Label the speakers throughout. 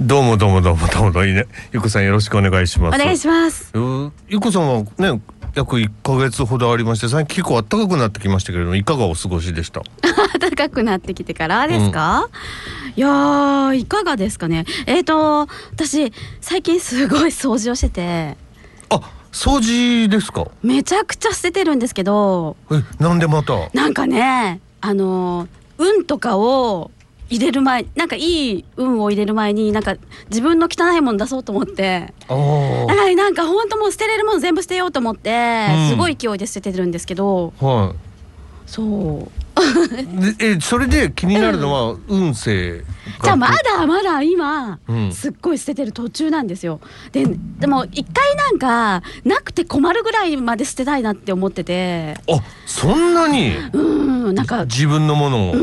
Speaker 1: どうもどうもどうもどうもどうもいいね。ゆっこさんよろしくお願いし
Speaker 2: お
Speaker 1: ます。
Speaker 2: 願いします。
Speaker 1: うんゆっこさんはね、約1ヶ月ほどありまして、最近結構暖かくなってきましたけれども、いかがお過ごしでした
Speaker 2: 暖かくなってきてからですか、いやーいかがですかねえっ、と私最近すごい掃除をしてて
Speaker 1: あ、掃除ですか
Speaker 2: めちゃくちゃ捨ててるんですけど
Speaker 1: え、なんでまた
Speaker 2: なんかねあの運とかを入れる前なんかいい運を入れる前になんか自分の汚いもの出そうと思って
Speaker 1: あー
Speaker 2: はいなんかほんともう捨てれるもの全部捨てようと思って、
Speaker 1: うん
Speaker 2: すごい勢いで捨ててるんですけど
Speaker 1: は
Speaker 2: そう
Speaker 1: い。でえ、それで気になるのは運勢が。
Speaker 2: じゃあまだまだ今、
Speaker 1: うん
Speaker 2: すっごい捨ててる途中なんですよででも一回なんかなくて困るぐらいまで捨てたいなって思ってて
Speaker 1: あ、そんなに
Speaker 2: うんなんか
Speaker 1: 自分のものを。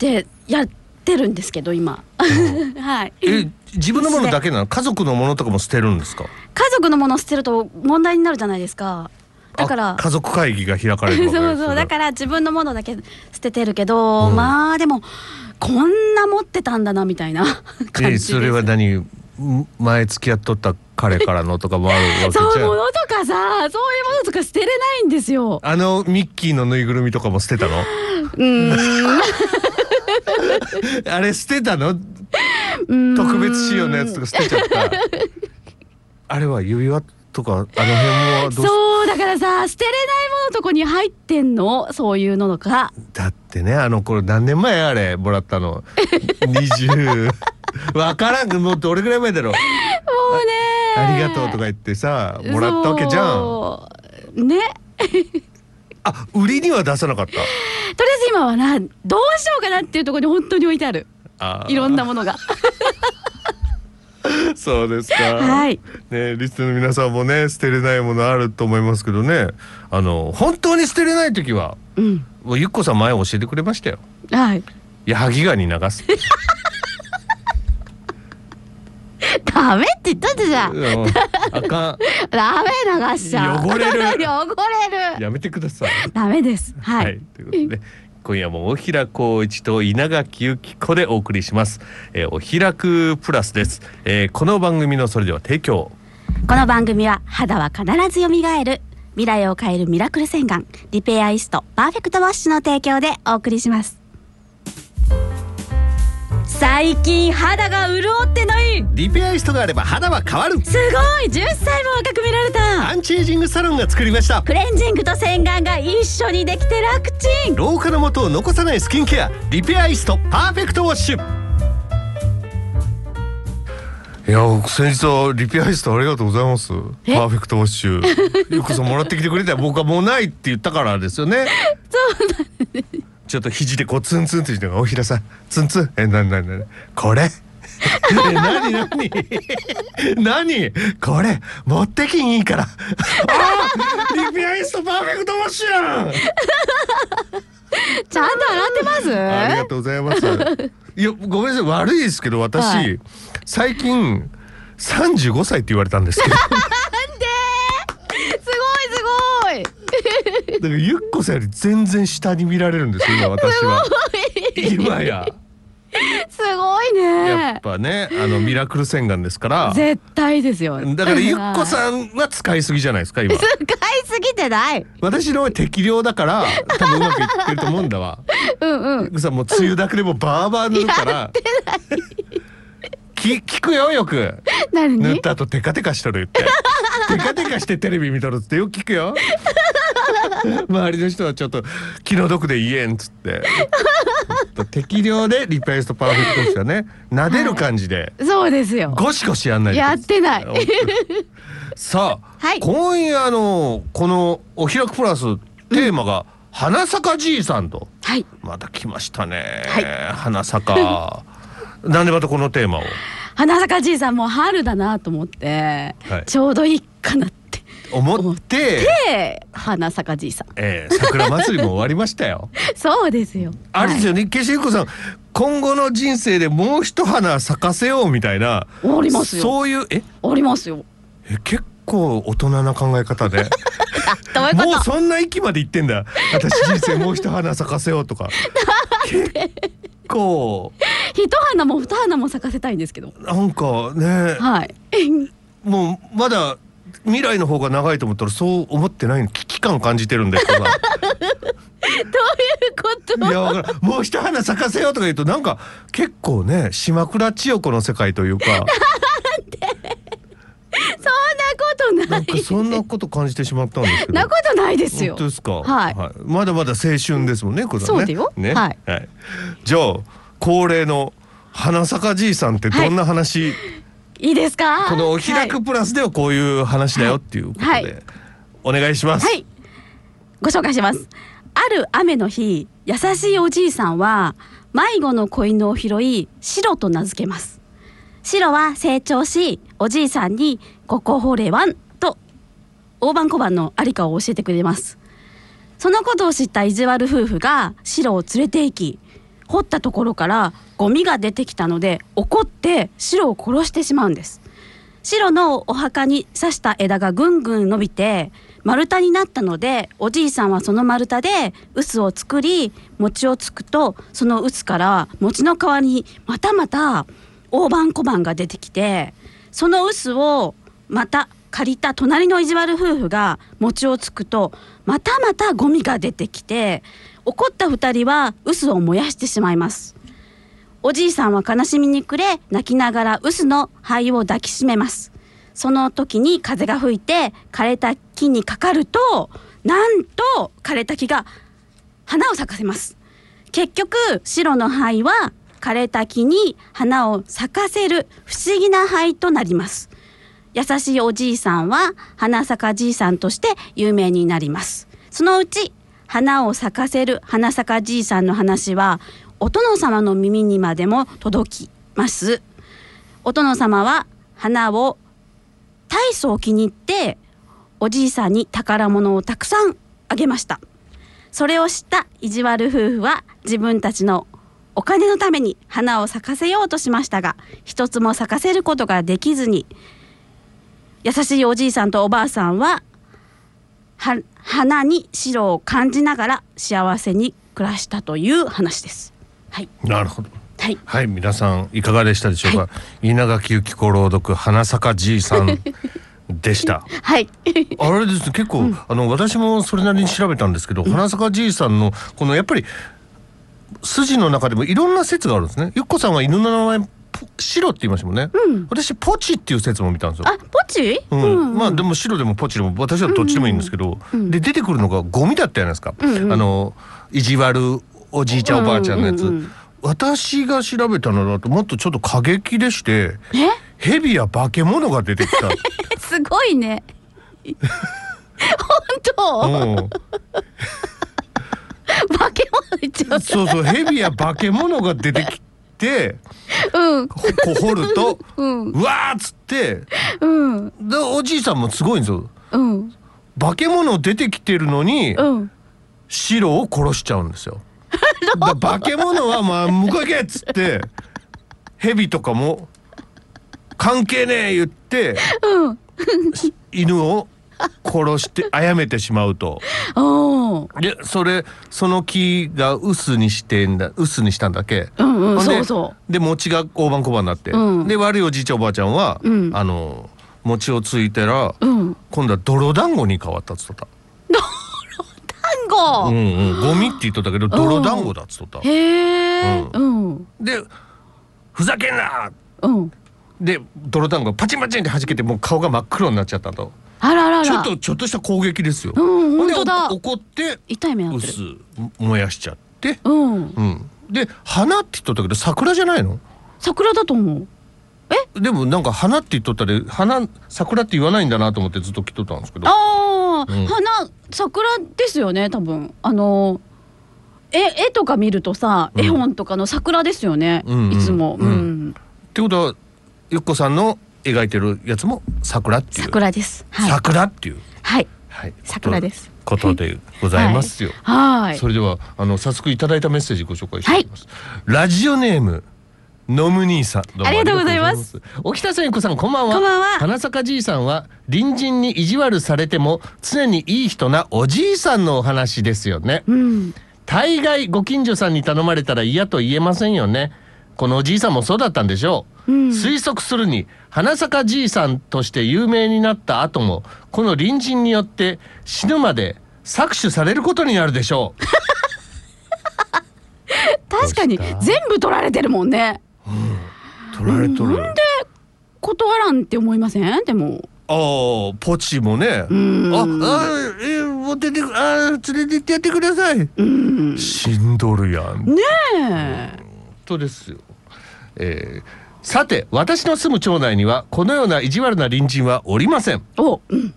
Speaker 2: でやってるんですけど今 はい
Speaker 1: え、自分のものだけなの家族のものとかも捨てるんですか
Speaker 2: 家族のもの捨てると問題になるじゃないですかだか
Speaker 1: あ
Speaker 2: ら
Speaker 1: 家族会議が開かれるわけです
Speaker 2: そうそうだから自分のものだけ捨ててるけど、
Speaker 1: うん
Speaker 2: まあでもこんな持ってたんだなみたいな 感じ
Speaker 1: え
Speaker 2: です
Speaker 1: それは何ん前付き合っとった彼からのとかもあるわけじ
Speaker 2: そういう
Speaker 1: ゃ
Speaker 2: も
Speaker 1: ん
Speaker 2: のとかさそういうものとか捨てれないんですよ
Speaker 1: あのミッキーのぬいぐるみとかも捨てた の
Speaker 2: うーん
Speaker 1: あれ捨てたの特別仕様のやつとか捨てちゃったあれは指輪とかあの辺もどうし
Speaker 2: そうだからさ捨てれないものとこに入ってんのそういうのとか
Speaker 1: だってねあの頃何年前あれもらったの 20わからんくもうどれぐらい前だろう
Speaker 2: もうね
Speaker 1: ありがとうとか言ってさもらったわけじゃん
Speaker 2: んね
Speaker 1: あ売りには出さなかった
Speaker 2: とりあえず今はなどうしようかなっていうところに本当に置いてある
Speaker 1: あー
Speaker 2: いろんなものが
Speaker 1: そうですか。
Speaker 2: はい
Speaker 1: ね、リストの皆さんもね、捨てれないものあると思いますけどね。あの、本当に捨てれない時は、
Speaker 2: うん
Speaker 1: もうゆっこさん前教えてくれましたよ。
Speaker 2: はい
Speaker 1: 矢作川に流 す。
Speaker 2: ダメって言ったじゃん
Speaker 1: うんあか
Speaker 2: ダメ流しちゃう
Speaker 1: 汚れる
Speaker 2: 汚れ
Speaker 1: ん、
Speaker 2: る
Speaker 1: やめてください。
Speaker 2: ダメですはい、
Speaker 1: ということで。今夜もおひらこういちと稲垣由紀子でお送りします。えーおひらくプラスです。えーこの番組のそれでは提供。
Speaker 2: この番組は肌は必ず蘇る未来を変えるミラクル洗顔リペアイストパーフェクトウォッシュの提供でお送りします最近肌が潤ってない
Speaker 1: リペアイストがあれば肌は変わる。
Speaker 2: すごい10歳も若く見られた
Speaker 1: ンチエイジングサロンが作りました。
Speaker 2: クレンジングと洗顔が一緒にできて楽ちん
Speaker 1: 老化のもとを残さないスキンケアリペアイストパーフェクトウォッシュいや先日はリペアイストありがとうございますパ
Speaker 2: え
Speaker 1: ーフェクトウォッシュ ゆうこさんもらってきてくれたよ僕はもうないって言ったからですよ ねちょっと肘でこうツンツンってしておひらさんツンツンえなになになにこれ えなになに 何これ持ってきんいいからあーリペアイストパーフェクトウォッシュやん
Speaker 2: ちゃんと洗ってます
Speaker 1: ありがとうございます。 いや、ごめんなさい、悪いですけど、私、
Speaker 2: はい
Speaker 1: 最近。35歳って言われたんですけど、だか
Speaker 2: すごいす
Speaker 1: らゆっこさんより全然下に見られるんですよ、今私は。今や、
Speaker 2: ごいすごい
Speaker 1: やっ
Speaker 2: ね
Speaker 1: ぱね、あのミラクル洗顔ですから。だ
Speaker 2: 絶対ですよ
Speaker 1: からゆっこ
Speaker 2: ん
Speaker 1: さんは使いすぎじゃないですか、今。
Speaker 2: 使いすぎてない
Speaker 1: 私の方が適量だから、多分うまくいってると思うんだわ。
Speaker 2: うんうん
Speaker 1: ゆっこさんもう梅雨だけでもバーバー塗るから。き、聞くよ、よく。
Speaker 2: 何
Speaker 1: 塗った後テカテカしとるっ てテカテカしてテレビ見とるってよく聞くよ 周りの人はちょっと気の毒で言えんっつって適量でリペイストパーフェクトですよね撫でる感じで、
Speaker 2: そうですよ
Speaker 1: ゴシゴシやんないでくだ
Speaker 2: や
Speaker 1: さ
Speaker 2: ってない
Speaker 1: さあ、
Speaker 2: はい
Speaker 1: 今夜のこの「おひらくプラス」テーマが「花咲かじいさん」と
Speaker 2: はい
Speaker 1: また来ましたね、
Speaker 2: はい
Speaker 1: 花咲かなんでまたこのテーマを
Speaker 2: 花坂じいさんもう春だなと思って、
Speaker 1: はい
Speaker 2: ちょうどいいかなって
Speaker 1: 思って
Speaker 2: で花坂じいさん
Speaker 1: えー、桜祭りも終わりました よ。
Speaker 2: そうですよ
Speaker 1: あれです
Speaker 2: よ、
Speaker 1: よね、決してゆうこさん、今後の人生でもう一花咲かせようみたいな。
Speaker 2: はい、おりますよ
Speaker 1: そういう、え、
Speaker 2: おりますよ
Speaker 1: え結構大人な考え方 で。
Speaker 2: どういうこ
Speaker 1: もう そんな域まで行ってんだ。私人生もう一花咲かせようとか。結構
Speaker 2: 一花も二花も咲かせたいんですけど
Speaker 1: なんかね
Speaker 2: はい
Speaker 1: もうまだ未来の方が長いと思ったらそう思ってないの危機感感じてるんだよ人が
Speaker 2: どういうこと
Speaker 1: いやわからんもう一花咲かせようとか言うとなんか結構ね島倉千代子の世界という か
Speaker 2: そんなことな
Speaker 1: ないんかそんなこと感じてしまったんですけど
Speaker 2: なことないですよ
Speaker 1: 本当ですか、
Speaker 2: はい
Speaker 1: まだまだ青春ですもんねこれはね
Speaker 2: そうだよ
Speaker 1: ね
Speaker 2: はい
Speaker 1: じゃあ恒例の花咲かじいさんってどんな話、
Speaker 2: いいですか
Speaker 1: この「開くプラス」ではこういう話だよっていうことで、
Speaker 2: はいはい
Speaker 1: お願いします、
Speaker 2: はい。ご紹介します。ある雨の日、優しいおじいさんは迷子の子犬を拾い、シロと名付けます。シロは成長し、おじいさんにここほれわんと大判小判のありかを教えてくれます。そのことを知った意地悪夫婦がシロを連れて行き、掘ったところからゴミが出てきたので怒ってシロを殺してしまうんです。白のお墓に刺した枝がぐんぐん伸びて丸太になったのでおじいさんはその丸太で臼を作り餅をつくとその臼から餅の代わりにまたまた大判小判が出てきてその臼をまた借りた隣の意地悪夫婦が餅をつくとまたまたゴミが出てきて怒った2人は臼を燃やしてしまいます。おじいさんは悲しみに暮れ泣きながら臼の灰を抱きしめますその時に風が吹いて枯れた木にかかるとなんと枯れた木が花を咲かせます結局白の灰は枯れた木に花を咲かせる不思議な灰となります優しいおじいさんは花咲かじいさんとして有名になりますそのうち花を咲かせる花咲かじいさんの話はお殿様の耳にまでも届きますお殿様は花を大層気に入っておじいさんに宝物をたくさんあげましたそれを知った意地悪夫婦は自分たちのお金のために花を咲かせようとしましたが一つも咲かせることができずに優しいおじいさんとおばあさんはは花に白を感じながら幸せに暮らしたという話です。はい、
Speaker 1: なるほど
Speaker 2: はい、
Speaker 1: はい皆さんいかがでしたでしょうか、
Speaker 2: は
Speaker 1: 稲垣由紀子朗読花咲かじいさんで した
Speaker 2: はい、
Speaker 1: あれですね結構、あの私もそれなりに調べたんですけど、花坂じいさんのこのやっぱり筋の中でもいろんな説があるんですね。ゆっこさんは犬の名前ポ白って言いましたもんね。
Speaker 2: うん
Speaker 1: 私ポチっていう説も見たんですよ。
Speaker 2: あ、ポチ？
Speaker 1: うんまあで
Speaker 2: も、
Speaker 1: も白でもポチでも私はどっちでもいいんですけど、
Speaker 2: うんうん
Speaker 1: で出てくるのがゴミだったじゃないですか、
Speaker 2: うんうん
Speaker 1: あの意地悪おじいちゃんおばあちゃんのやつ、
Speaker 2: うんうんうん
Speaker 1: 私が調べたのだともっとちょっと過激でして
Speaker 2: え、
Speaker 1: 蛇や化け物が出てき た。
Speaker 2: すごいね。 本
Speaker 1: うん
Speaker 2: 当、化け物言っちゃう
Speaker 1: そうそう、蛇や化け物が出てきて、。
Speaker 2: うん、
Speaker 1: ここ掘ると、
Speaker 2: うん、
Speaker 1: うわーっつって、
Speaker 2: うん、
Speaker 1: で、おじいさんもすごいんですよ。
Speaker 2: うん、
Speaker 1: 化け物出てきてるのに、
Speaker 2: うん。
Speaker 1: シロを殺しちゃうんですよ。だ化け物は、まあ、向こう行けっつって、蛇とかも、関係ねえ言って、し犬を殺して、あやめてしまうと。
Speaker 2: おー
Speaker 1: で、それ、その木が臼にしてんだ、臼にしたんだっけ
Speaker 2: うんうん、
Speaker 1: ほんで
Speaker 2: そうそ
Speaker 1: で餅が大判小判になって、
Speaker 2: うん
Speaker 1: で悪いおじいちゃんおばあちゃんは、
Speaker 2: うん
Speaker 1: あの餅をついたら
Speaker 2: う。うん、
Speaker 1: 今度は泥団子に変わったっつっとった、
Speaker 2: 単語。
Speaker 1: うんうん、ゴミって言っとったけど泥団子だっつっとった
Speaker 2: へえ、うん、
Speaker 1: でふざけんな
Speaker 2: うん。
Speaker 1: で泥団子がパチンパチンって弾けてもう顔が真っ黒になっちゃったと
Speaker 2: あらあらあら。
Speaker 1: ちょっとちょっとした攻撃ですよ、
Speaker 2: うん
Speaker 1: ほで
Speaker 2: 本当だ
Speaker 1: お怒って
Speaker 2: 痛い目になってる。
Speaker 1: 薄燃やしちゃって、
Speaker 2: うん、
Speaker 1: うん、で花って言っとったけど桜じゃないの
Speaker 2: 桜だと思う。
Speaker 1: でもなんか花って言っとったで花桜って言わないんだなと思ってずっと聞いとったんですけど
Speaker 2: ああ、
Speaker 1: うん
Speaker 2: 花桜ですよね多分あの絵絵とか見るとさ、
Speaker 1: うん
Speaker 2: 絵本とかの桜ですよね、
Speaker 1: うんうん
Speaker 2: いつも、
Speaker 1: う
Speaker 2: うんん
Speaker 1: ってことはゆっこさんの描いてるやつも桜っていう
Speaker 2: 桜ですはい、
Speaker 1: 桜っていう、
Speaker 2: はい、
Speaker 1: はい、
Speaker 2: 桜です
Speaker 1: ことことでございますよ、
Speaker 2: はい
Speaker 1: それではあの早速いただいたメッセージご紹介していきます、ラジオネームノム兄さんども
Speaker 2: ありがとうございます
Speaker 1: 沖田さんゆっこさんこんばんは
Speaker 2: こんばんは
Speaker 1: 花坂じいさんは隣人に意地悪されても常にいい人なおじいさんのお話ですよね
Speaker 2: うん
Speaker 1: 大概ご近所さんに頼まれたら嫌と言えませんよねこのおじいさんもそうだったんでしょう、推測するに花咲じいさんとして有名になった後もこの隣人によって死ぬまで搾取されることになるでしょう
Speaker 2: 確かに
Speaker 1: どうした
Speaker 2: 全部取られてるもんね
Speaker 1: 取られとる
Speaker 2: なんで断らんって思いませんでも
Speaker 1: ああポチもねああえ
Speaker 2: ん
Speaker 1: ーもう出てくあー連れてってやってください
Speaker 2: うん
Speaker 1: 死んどるやん
Speaker 2: ねえ
Speaker 1: 本当ですよ、えーさて私の住む町内にはこのような意地悪な隣人はおりません
Speaker 2: おうん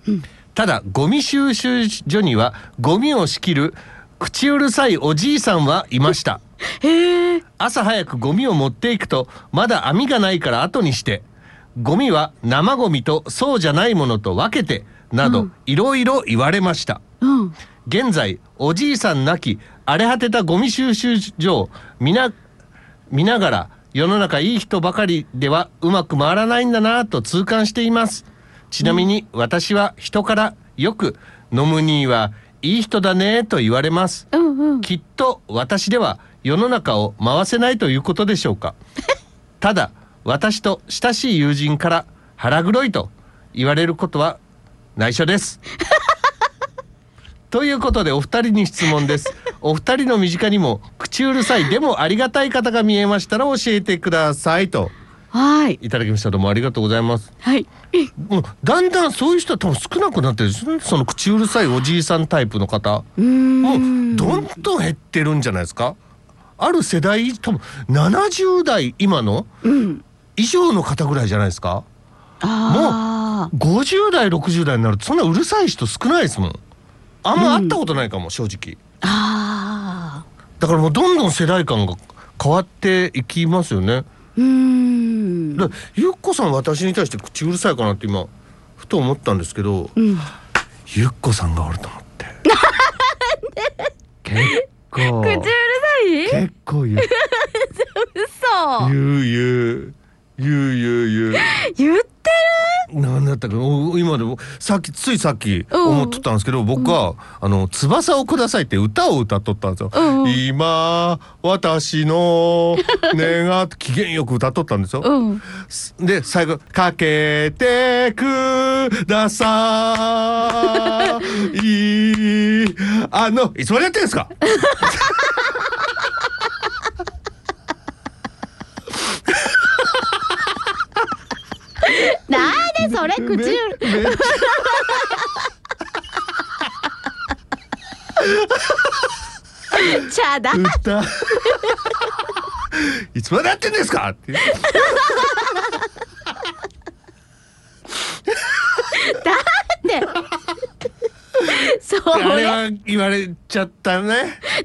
Speaker 1: ただゴミ収集所にはゴミを仕切る口うるさいおじいさんはいました
Speaker 2: へえ
Speaker 1: 朝早くゴミを持っていくとまだ網がないから後にしてゴミは生ゴミとそうじゃないものと分けてなどいろいろ言われました、
Speaker 2: うん
Speaker 1: 現在おじいさん亡き荒れ果てたゴミ収集所を見な見ながら世の中いい人ばかりではうまく回らないんだなぁと痛感していますちなみに私は人からよく「飲むにはいい人だね」と言われます
Speaker 2: うんうん
Speaker 1: きっと私では世の中を回せないということでしょう かただ私と親しい友人から腹黒いと言われることは内緒です ということでお二人に質問 ですお二人の身近にも口うるさいでもありがたい方が見えましたら教えてくださいと
Speaker 2: はい
Speaker 1: いただきましたどうもありがとうございます
Speaker 2: はい
Speaker 1: もうだんだんそういう人は多分少なくなってるんですねその口うるさいおじいさんタイプの方
Speaker 2: うー
Speaker 1: も
Speaker 2: ん
Speaker 1: うどんどん減ってるんじゃないですかある世代多分70代今の
Speaker 2: うん
Speaker 1: 以上の方ぐらいじゃないですか
Speaker 2: ああ
Speaker 1: 50代60代になるとそんなうるさい人少ないですもんあんま会ったことないかも、正直
Speaker 2: ああ
Speaker 1: だからもうどんどん世代間が変わっていきますよね
Speaker 2: うーん
Speaker 1: だからゆっこさん私に対して口うるさいかなって今ふと思ったんですけど、
Speaker 2: うん
Speaker 1: ゆっこさんがおると思って結構
Speaker 2: 口うるさい
Speaker 1: 結構ゆ
Speaker 2: 嘘
Speaker 1: ゆうゆうゆうゆうゆう
Speaker 2: 言って
Speaker 1: 何だったかお今でもさっきついさっき
Speaker 2: うん
Speaker 1: 思っとったんですけど、僕は「あの翼をください」って歌を歌っとったんですよ。
Speaker 2: うん
Speaker 1: 今私の願って機嫌よく歌っとったんですよ。
Speaker 2: うん
Speaker 1: で最後「かけてください」あのいつまでやってんですか
Speaker 2: なんでそれ口うる
Speaker 1: めめっちゃ
Speaker 2: ちゃだ
Speaker 1: 歌いつまでやってんですかって
Speaker 2: ってそ
Speaker 1: あれ
Speaker 2: れ
Speaker 1: は言われちゃったね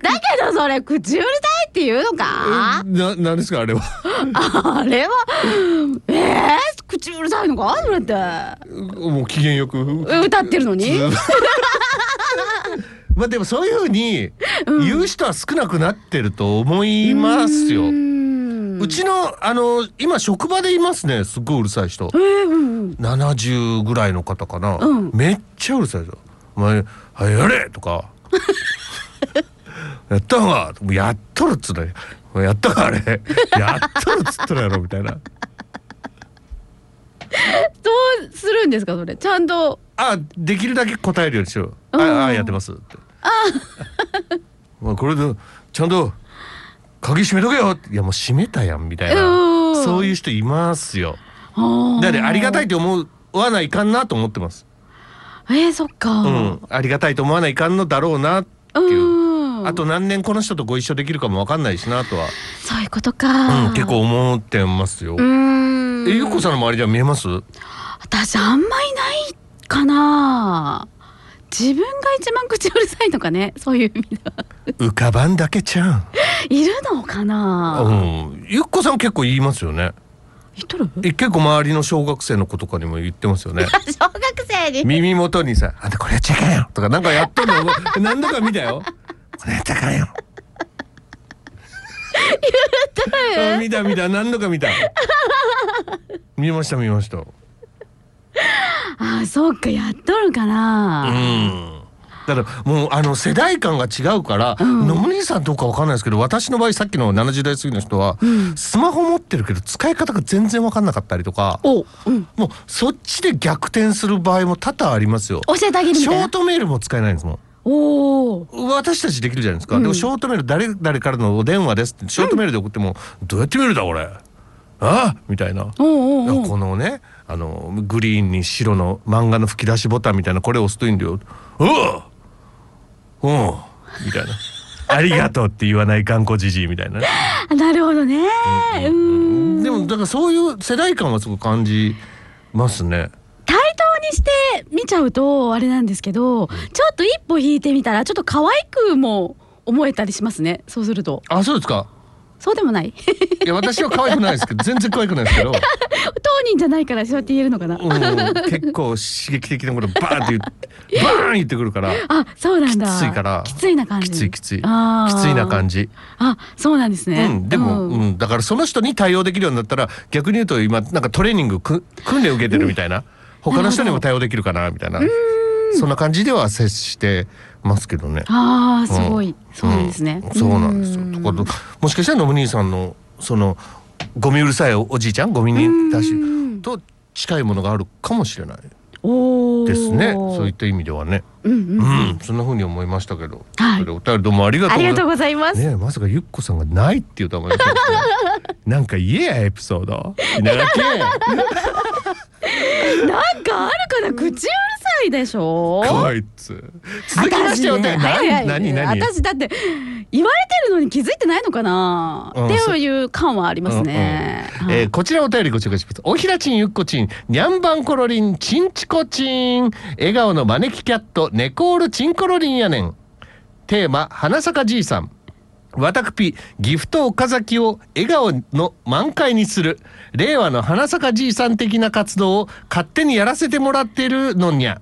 Speaker 2: だけどそれ口うるさいって言うのか
Speaker 1: ななんですかあれは
Speaker 2: あれはえー、口うるさいのかそれって
Speaker 1: もう機嫌よく
Speaker 2: 歌ってるのに
Speaker 1: ずまあでもそういうふうに言う人は少なくなってると思いますよ、
Speaker 2: う
Speaker 1: う
Speaker 2: ーん
Speaker 1: ちのあの今職場でいますねすっごいうるさい人
Speaker 2: えー、うん
Speaker 1: 70ぐらいの方かな、
Speaker 2: うん
Speaker 1: めっちゃうるさいですよ「お前はいやれ!」とか 「やったんわ!」もうやっとるっつうのよ「やったかあれやっとるっつったらやろ」みたいな
Speaker 2: どうするんですかそれちゃんと
Speaker 1: 「あできるだけ答えるようにしよう」あ
Speaker 2: うん
Speaker 1: 「あやってます」って「 まあこれでちゃんと鍵閉めとけよ」って「いやもう閉めたやん」みたいな
Speaker 2: うん
Speaker 1: そういう人いますよ。
Speaker 2: あ
Speaker 1: だってありがた
Speaker 2: い
Speaker 1: いと思わないかんなと思ってます。
Speaker 2: えー、そっか
Speaker 1: うん、ありがたいと思わないかんのだろうなっていう。
Speaker 2: うん
Speaker 1: あと何年この人とご一緒できるかもわかんないしなとは、
Speaker 2: そういうことか、
Speaker 1: うん、結構思ってますよ。
Speaker 2: うーん
Speaker 1: えゆっこさんの周りでは見えます？
Speaker 2: 私あんまりないかな自分が一番口うるさいのかね そういう意味では
Speaker 1: 浮かばんだけちゃ
Speaker 2: いるのか
Speaker 1: う。
Speaker 2: なん
Speaker 1: うん、ゆっこさん結構言いますよね。
Speaker 2: いとる
Speaker 1: え結構周りの小学生の子とかにも言ってますよね。
Speaker 2: 小学生に
Speaker 1: 耳元にさ「あんたこれやっちゃいかんよ」とかなんかやっとんの 何度か見たよ。これやっちゃいかんよ。言見た見た何度か見た。見ました見ました。
Speaker 2: あそうかやっとるかな、
Speaker 1: うん。だからもうあの世代間が違うから、野村さんどうかわかんないですけど私の場合さっきの70代過ぎの人は、スマホ持ってるけど使い方が全然わかんなかったりとか
Speaker 2: おうん
Speaker 1: もうそっちで逆転する場合も多々ありますよ。
Speaker 2: 教えてあげるみ
Speaker 1: シ
Speaker 2: たい
Speaker 1: ョー
Speaker 2: な
Speaker 1: トメールも使えないんですもん。
Speaker 2: おお
Speaker 1: 私たちできるじゃないですか、
Speaker 2: うん
Speaker 1: でもショートメール誰々からのお電話ですってショートメールで送っても、どうやって見るんだこれああみたいな、
Speaker 2: おおうおう
Speaker 1: このねあのグリーンに白の漫画の吹き出しボタンみたいなこれ押すといいんだようわうんみ たいな「ありがとう」って言わない頑固じじいみたいなね、
Speaker 2: あなるほどねうーん
Speaker 1: でもだからそういう世代感はすごく感じますね
Speaker 2: 対等にして見ちゃうとあれなんですけどちょっと一歩引いてみたらちょっと可愛くも思えたりしますねそうすると
Speaker 1: あそうですか
Speaker 2: そうでもない
Speaker 1: いや私は可愛くないですけど全然可愛くないですけど
Speaker 2: 当人じゃないからそうやって言えるのかな、
Speaker 1: うん、結構刺激的なことバーンって言ってバーン言ってくるから
Speaker 2: あそうなんだ
Speaker 1: きついから
Speaker 2: きついな感じ
Speaker 1: きついきついきつい
Speaker 2: あー
Speaker 1: な感じ、
Speaker 2: あそうなんですね、
Speaker 1: うん、でも、うんだからその人に対応できるようになったら逆に言うと今なんかトレーニングく訓練受けてるみたいな、他の人にも対応できるかなみたいなそんな感じでは接してますけどね。
Speaker 2: ああすごい、
Speaker 1: うん
Speaker 2: そうですね、
Speaker 1: うんそうなんです
Speaker 2: うん
Speaker 1: よとかもしかしたらノム兄さんのそのゴミうるさいおじいちゃんゴミに出し
Speaker 2: うん
Speaker 1: と近いものがあるかもしれない
Speaker 2: おお
Speaker 1: ですねそういった意味ではね。
Speaker 2: うんうん
Speaker 1: うん、そんな風に思いましたけど。
Speaker 2: はい
Speaker 1: それお便りどうもありがとう
Speaker 2: あ
Speaker 1: ご
Speaker 2: り
Speaker 1: ざい
Speaker 2: が
Speaker 1: ま
Speaker 2: と
Speaker 1: す
Speaker 2: う。ございます、
Speaker 1: ねえまさかゆっこさんがないっていうとは思いましたけど なんか言えやエピソード。稲垣
Speaker 2: なんかあるかな口うるさいでしょ
Speaker 1: こいつ。続きましてお便り。
Speaker 2: 私ね
Speaker 1: 何何何。
Speaker 2: 私だって言われてるのに気づいてないのかな、
Speaker 1: うん
Speaker 2: っていう感はありますね、
Speaker 1: うんうんえーこちらお便りご紹介します。おひらちんゆっこちん、にゃんばんころりん、ちんちこちん。笑顔の招きキャット、ネコールちんころりんやねん。テーマ、花咲かじいさん。わたくぴ、ギフト岡崎を笑顔の満開にする。令和の花咲かじいさん的な活動を勝手にやらせてもらってるのにゃ。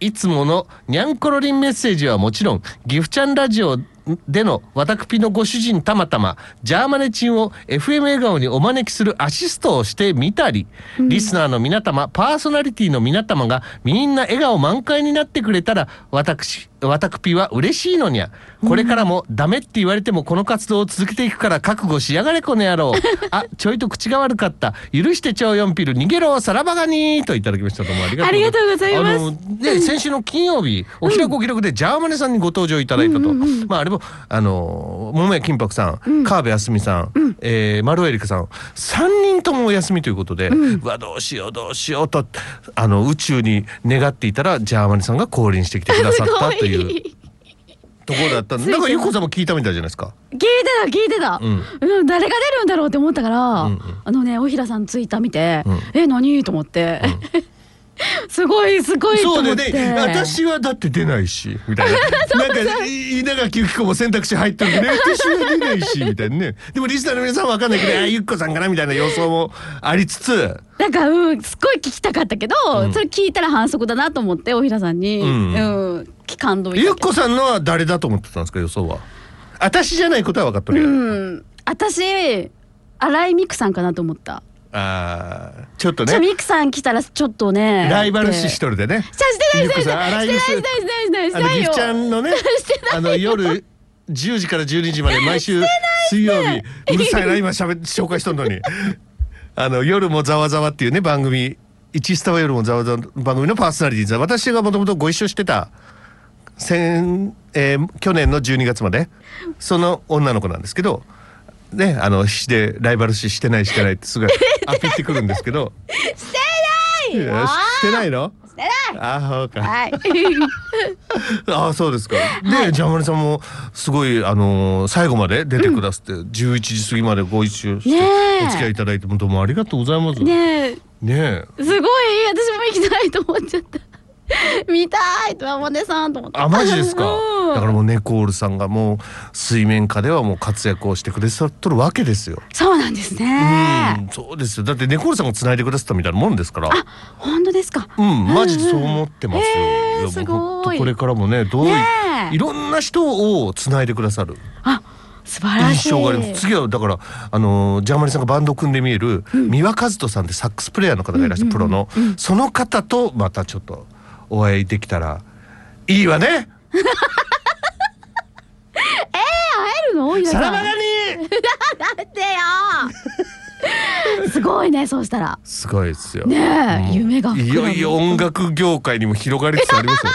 Speaker 1: いつものにゃんころりんメッセージはもちろん、ギフちゃんラジオでのわたくぴのご主人たまたま、ジャーマネチンを FM 笑顔にお招きするアシストをしてみたり、リスナーの皆様、パーソナリティの皆様がみんな笑顔満開になってくれたら、私、わたくぴは嬉しいのにゃ。これからもダメって言われてもこの活動を続けていくから覚悟しやがれこの野 郎。あ、ちょいと口が悪かった。許して超四ピル、逃げろ、さらばがにーといただきました。どうもありがとうございます。
Speaker 2: ありがとうござ
Speaker 1: あの
Speaker 2: います
Speaker 1: ね、先週の金曜日、お開くお開くでジャーマネさんにご登場いただいたと。まあ、あれも、あの、桃屋金箔さん、川辺康美さん、えー、丸尾エリカさん、三人ともお休みということで、うわ、どうしよう、どうしようと、あの、宇宙に願っていたら、ジャーマネさんが降臨してきてくださったという
Speaker 2: 聞い
Speaker 1: ところだったんで、なんかゆっこさんも聞いたみたいじゃないですか。
Speaker 2: てた聞いてた、
Speaker 1: うん
Speaker 2: うん誰が出るんだろうって思ったから、
Speaker 1: うんうん
Speaker 2: あのね大平さんのツイッター見て、
Speaker 1: うん
Speaker 2: え何と思って、すごいすごいと
Speaker 1: そう
Speaker 2: 思
Speaker 1: でね
Speaker 2: って、
Speaker 1: 私はだって出ないし、みた いな。なんか、い稲垣由紀子も選択肢入ってるけど、私は出ないし、みたいなね。でもリスナーの皆さんはわかんないけど、あ、ゆっこさんかなみたいな予想もありつつ、
Speaker 2: なんかうんすっごい聞きたかったけど、
Speaker 1: うん
Speaker 2: それ聞いたら反則だなと思って大平さんに、う
Speaker 1: うんん
Speaker 2: 感動いた
Speaker 1: ゆっ
Speaker 2: けど
Speaker 1: こさんのは誰だと思ってたんですか、予想は。私じゃないことは分かっとるよ。
Speaker 2: うん私新井美空さんかなと思った
Speaker 1: あーちょっと
Speaker 2: じゃあ
Speaker 1: ね、
Speaker 2: ミクさん来たらちょっとね
Speaker 1: ライバル視しとるでね。
Speaker 2: さしてないしてない
Speaker 1: ゆっこさん
Speaker 2: してないしてないして
Speaker 1: あ
Speaker 2: な
Speaker 1: の、
Speaker 2: いしてないしてない
Speaker 1: ギ
Speaker 2: よ
Speaker 1: フちゃんのね、あの、夜、10時から12時ま で毎週水曜日、うるさいな、今しゃべ紹介しとんのに。 あの、夜もざわざわっていうね、番組、一スタは夜もざわざわ番組のパーソナリティーズ私がもともとご一緒してた、先、えー去年の12月まで、その女の子なんですけど、ね、あの、必死でライバル視してないしてないって すごいアピってくるんですけど、して
Speaker 2: ないよ
Speaker 1: してないの
Speaker 2: してない
Speaker 1: ああ、そうか。
Speaker 2: はい
Speaker 1: ああそうですか。で、ジャマネさんもすごいあのー最後まで出てくださって、11時過ぎまでご一緒して
Speaker 2: ねえ
Speaker 1: お付き合いいただいてもどうもありがとうございます。ね
Speaker 2: ねえ
Speaker 1: え。
Speaker 2: すごい私も行きたいと思っちゃった 見たいと山根さんと思って
Speaker 1: あマジですか
Speaker 2: うん。
Speaker 1: だからもうネコールさんがもう水面下ではもう活躍をしてくれさっとるわけですよ。
Speaker 2: そうなんですね
Speaker 1: うん、そうですよ。だってネコールさんが繋いでくださったみたいなもんですから。
Speaker 2: 本当ですか
Speaker 1: うん、マジでそう思ってますよ。
Speaker 2: へえ
Speaker 1: いやもう
Speaker 2: すごい
Speaker 1: ほんとこれからもね、どうい
Speaker 2: ねえ
Speaker 1: いろんな人を繋いでくださる。
Speaker 2: あ素晴らしい
Speaker 1: 印象があります次はだからあのージャーマネさんがバンド組んで見える三輪和人さんでサックスプレイヤーの方がいらっしゃるプロのその方とまたちょっとお会いできたらいいわね
Speaker 2: 会えるの大岩
Speaker 1: さら
Speaker 2: さん
Speaker 1: ばが
Speaker 2: だ
Speaker 1: に
Speaker 2: ってよ すごいねそうしたら
Speaker 1: すごいですよ。
Speaker 2: ねえ
Speaker 1: もう
Speaker 2: 夢が膨らむ
Speaker 1: いよいよ音楽業界にも広がりつつありますよ。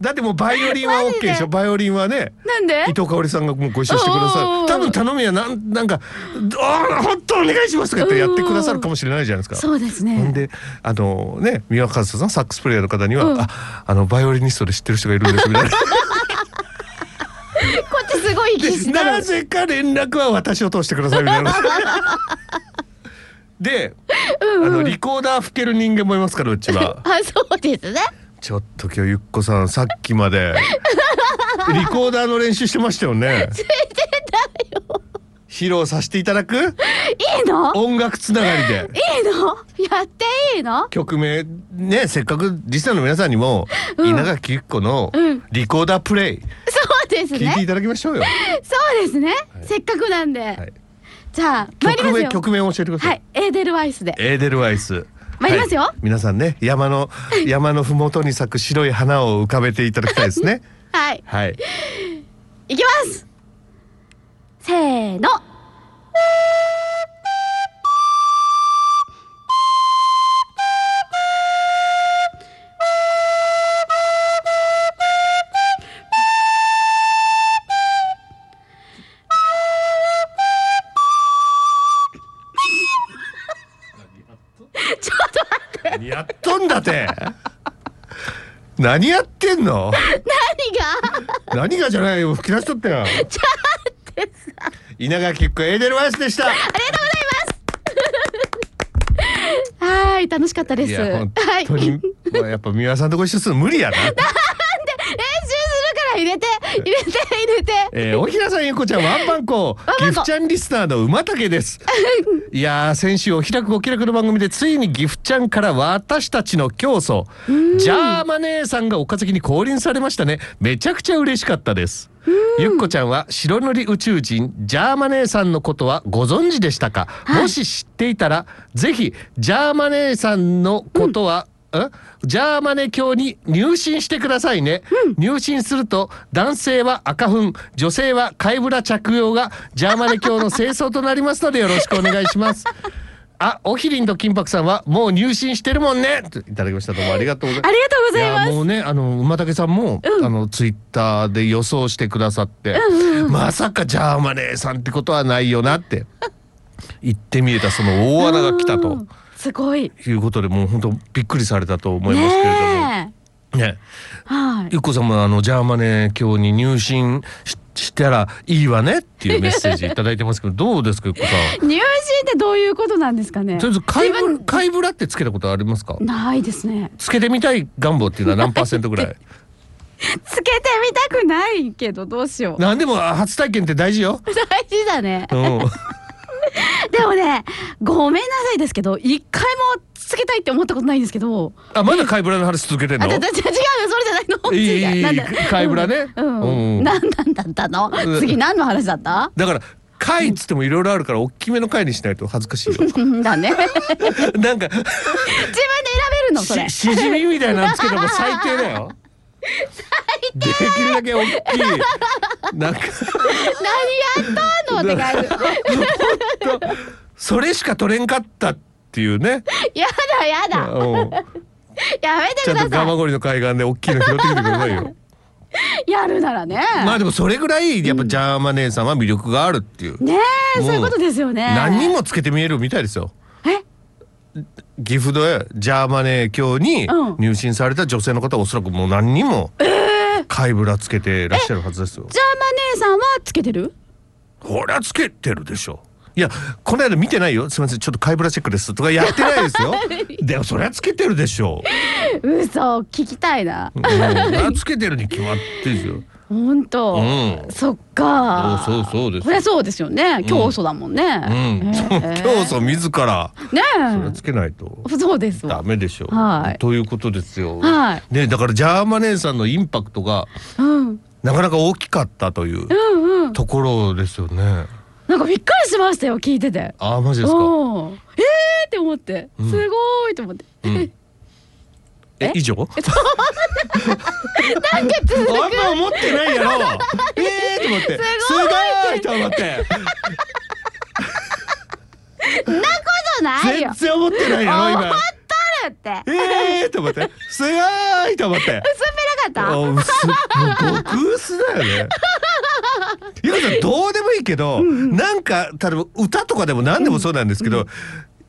Speaker 1: だってもうバイオリンは
Speaker 2: マジ
Speaker 1: OK
Speaker 2: で
Speaker 1: でしょバイオリンはね
Speaker 2: なんで
Speaker 1: 伊藤かおりさんがもうご一緒してくだ
Speaker 2: おうおうお
Speaker 1: さ
Speaker 2: う
Speaker 1: る多分頼みはなんなんか「ああ本当お願いします」とか言ってやってくださるかもしれないじゃないですか。
Speaker 2: そうです
Speaker 1: ほん
Speaker 2: ね
Speaker 1: であのね三輪和人さんサックスプレイヤーの方には「
Speaker 2: うん
Speaker 1: ああのバイオリニストで知ってる人がいるんです」みたい な。
Speaker 2: こっちすごい必死
Speaker 1: で
Speaker 2: になる
Speaker 1: なぜか連絡は私を通してくださいみたい な。で、あのリコーダー吹ける人間もいますからうちは。
Speaker 2: あそうですね
Speaker 1: ちょっと今日ゆっこさんさっきま でリコーダーの練習してましたよ ね。してたよ。披露させていただく
Speaker 2: いいの
Speaker 1: 音楽つながりで
Speaker 2: いいのやっていいの
Speaker 1: 曲名ねせっかくリスナーの皆さんにも、
Speaker 2: うん
Speaker 1: 稲垣ゆっこの
Speaker 2: うん
Speaker 1: リコーダープレイ
Speaker 2: そうです
Speaker 1: 聞いて
Speaker 2: ね
Speaker 1: いただきましょうよ。
Speaker 2: そうですね、せっかくなんで、
Speaker 1: い
Speaker 2: じゃあ 参り
Speaker 1: 曲
Speaker 2: ます
Speaker 1: 名
Speaker 2: よ
Speaker 1: 曲名を教えてください
Speaker 2: は。いエーデルワイスで
Speaker 1: エーデルワイス。
Speaker 2: 参りますよ
Speaker 1: はい皆さんね、山の、山のふもとに咲く白い花を浮かべていただきたいです ね。
Speaker 2: はい
Speaker 1: はい。
Speaker 2: いきますせーの ちょっと待って
Speaker 1: 何やっとんだて。何やってんの。
Speaker 2: 何が
Speaker 1: 何がじゃないよ、吹き出しとったよ。
Speaker 2: ちょっと待ってさ
Speaker 1: 稲垣っ子エーデルワイスでした。
Speaker 2: はーい楽しかったで
Speaker 1: い
Speaker 2: す
Speaker 1: や、本
Speaker 2: はい
Speaker 1: 当に、まあやっぱ三輪さんとご一緒するの無理やな。
Speaker 2: 練習するから入れて入れて入れて
Speaker 1: えー、おひらさんゆうこちゃんワンパンコ
Speaker 2: ンパ
Speaker 1: ギ
Speaker 2: ンコ
Speaker 1: フちゃんリスナーの馬竹ですいやー先週おひらくごきらくの番組でついにギフちゃんから私たちの競争ジャーマネーさんが岡崎に降臨されましたねめちゃくちゃ嬉しかったですゆっこちゃんは白塗り宇宙人ジャーマネーさんのことはご存知でしたか、もし知っていたらぜひジャーマネーさんのことは、んジャーマネ教に入信してくださいね、入信すると男性は赤粉女性は貝ブラ着用がジャーマネ教の清掃となりますのでよろしくお願いします。 あ、おひりんと金箔さんはもう入信してるもんねといただきましたどうもありがとうございます
Speaker 2: ありがとうございます
Speaker 1: やもうねあの馬竹さんも、あのツイッターで予想してくださって、まさかジャーマネーさんってことはないよなって言ってみえたその大穴が来た
Speaker 2: う
Speaker 1: と
Speaker 2: んすごい
Speaker 1: いうことでもう本当びっくりされたと思いますけれども。
Speaker 2: ね
Speaker 1: ね
Speaker 2: えはい
Speaker 1: ゆっこさんもあのジャーマネ教に入信ししたらいいわねっていうメッセージいただいてますけどどうですかゆっこさん。
Speaker 2: 入信ってどういうことなんですかね
Speaker 1: とりあえず貝
Speaker 2: 自
Speaker 1: ぶ
Speaker 2: 分
Speaker 1: 貝ぶらってつけたことありますか
Speaker 2: ないですね
Speaker 1: つけてみたい願望っていうのは何パーセントぐらい
Speaker 2: つけてみたくないけどどうしよう
Speaker 1: 何でも初体験って大事よ。
Speaker 2: 大事だね
Speaker 1: うん
Speaker 2: でもねごめんなさいですけど一回もつけたいって思ったことないんですけど
Speaker 1: あまだ貝ぶらの話続けてん
Speaker 2: あ
Speaker 1: の
Speaker 2: だだ違うよそれじゃないの
Speaker 1: いい
Speaker 2: 違うなんだ
Speaker 1: 貝ぶらね
Speaker 2: うん
Speaker 1: うん
Speaker 2: うん何なんだったの
Speaker 1: うん
Speaker 2: 次何の話だった
Speaker 1: だから貝っつってもいろいろあるから大きめの貝にしないと恥ずかしい よ
Speaker 2: だね自分で選
Speaker 1: なんか
Speaker 2: べるのそれ
Speaker 1: ししじみみたいなのつけても最低だよできるだけ大きいなんか
Speaker 2: 何やったのって感じ。
Speaker 1: それしか取れんかったっていうね
Speaker 2: やだやだ。
Speaker 1: うん
Speaker 2: やめて
Speaker 1: ちゃ
Speaker 2: く
Speaker 1: ん
Speaker 2: だ
Speaker 1: とガ
Speaker 2: さ
Speaker 1: マゴリの海岸で大きいの拾ってきてください よ
Speaker 2: い。やるならね。
Speaker 1: まあでもそれぐらいやっぱジャーマネーさんは魅力があるっていう
Speaker 2: ねえ
Speaker 1: もう
Speaker 2: そういうことですよね。
Speaker 1: 何人もつけて見えるみたいですよ
Speaker 2: え
Speaker 1: ギフドやジャーマネー教に
Speaker 2: うん
Speaker 1: 入信された女性の方はおそらくもう何人も貝ぶらつけてらっしゃるはずですよ
Speaker 2: ジャーマ姉さんはつけてる？
Speaker 1: ほらつけてるでしょいやこの間見てないよすみませんちょっと貝ぶらチェックですとかやってない ですよでもそれはつけてるでしょ
Speaker 2: 嘘聞きたいな。
Speaker 1: うんそりゃつけてるに決まってるですよ
Speaker 2: 本当。
Speaker 1: うん
Speaker 2: そっか。
Speaker 1: そうそうそうです
Speaker 2: これそうですよね。教祖だもんね。
Speaker 1: うん、その
Speaker 2: ええ
Speaker 1: 教祖自ら
Speaker 2: ね
Speaker 1: それつけないと
Speaker 2: え。そうです
Speaker 1: ダ
Speaker 2: わ。
Speaker 1: メでしょう、
Speaker 2: はい
Speaker 1: ということですよ、
Speaker 2: は
Speaker 1: ねだからジャーマネーさんのインパクトが
Speaker 2: うんうん
Speaker 1: なかなか大きかったという
Speaker 2: うん。
Speaker 1: ところですよね。
Speaker 2: なんかびっくりしましたよ聞いてて。
Speaker 1: あーマジですか。
Speaker 2: おお。えーって思って、
Speaker 1: ん
Speaker 2: すごいと思って。
Speaker 1: うんえ
Speaker 2: え
Speaker 1: 以上 なんかあんま思ってない やろえーと思ってすごいと思って
Speaker 2: そうないよ
Speaker 1: 全然思ってないやろ
Speaker 2: 思っ
Speaker 1: 今
Speaker 2: とるって
Speaker 1: えーと思ってすごいと思って
Speaker 2: 薄っぺらかった
Speaker 1: あ薄もう極薄だよね。 ゆかさんどうでもいいけど、なんか例えば歌とかでも何でもそうなんですけど、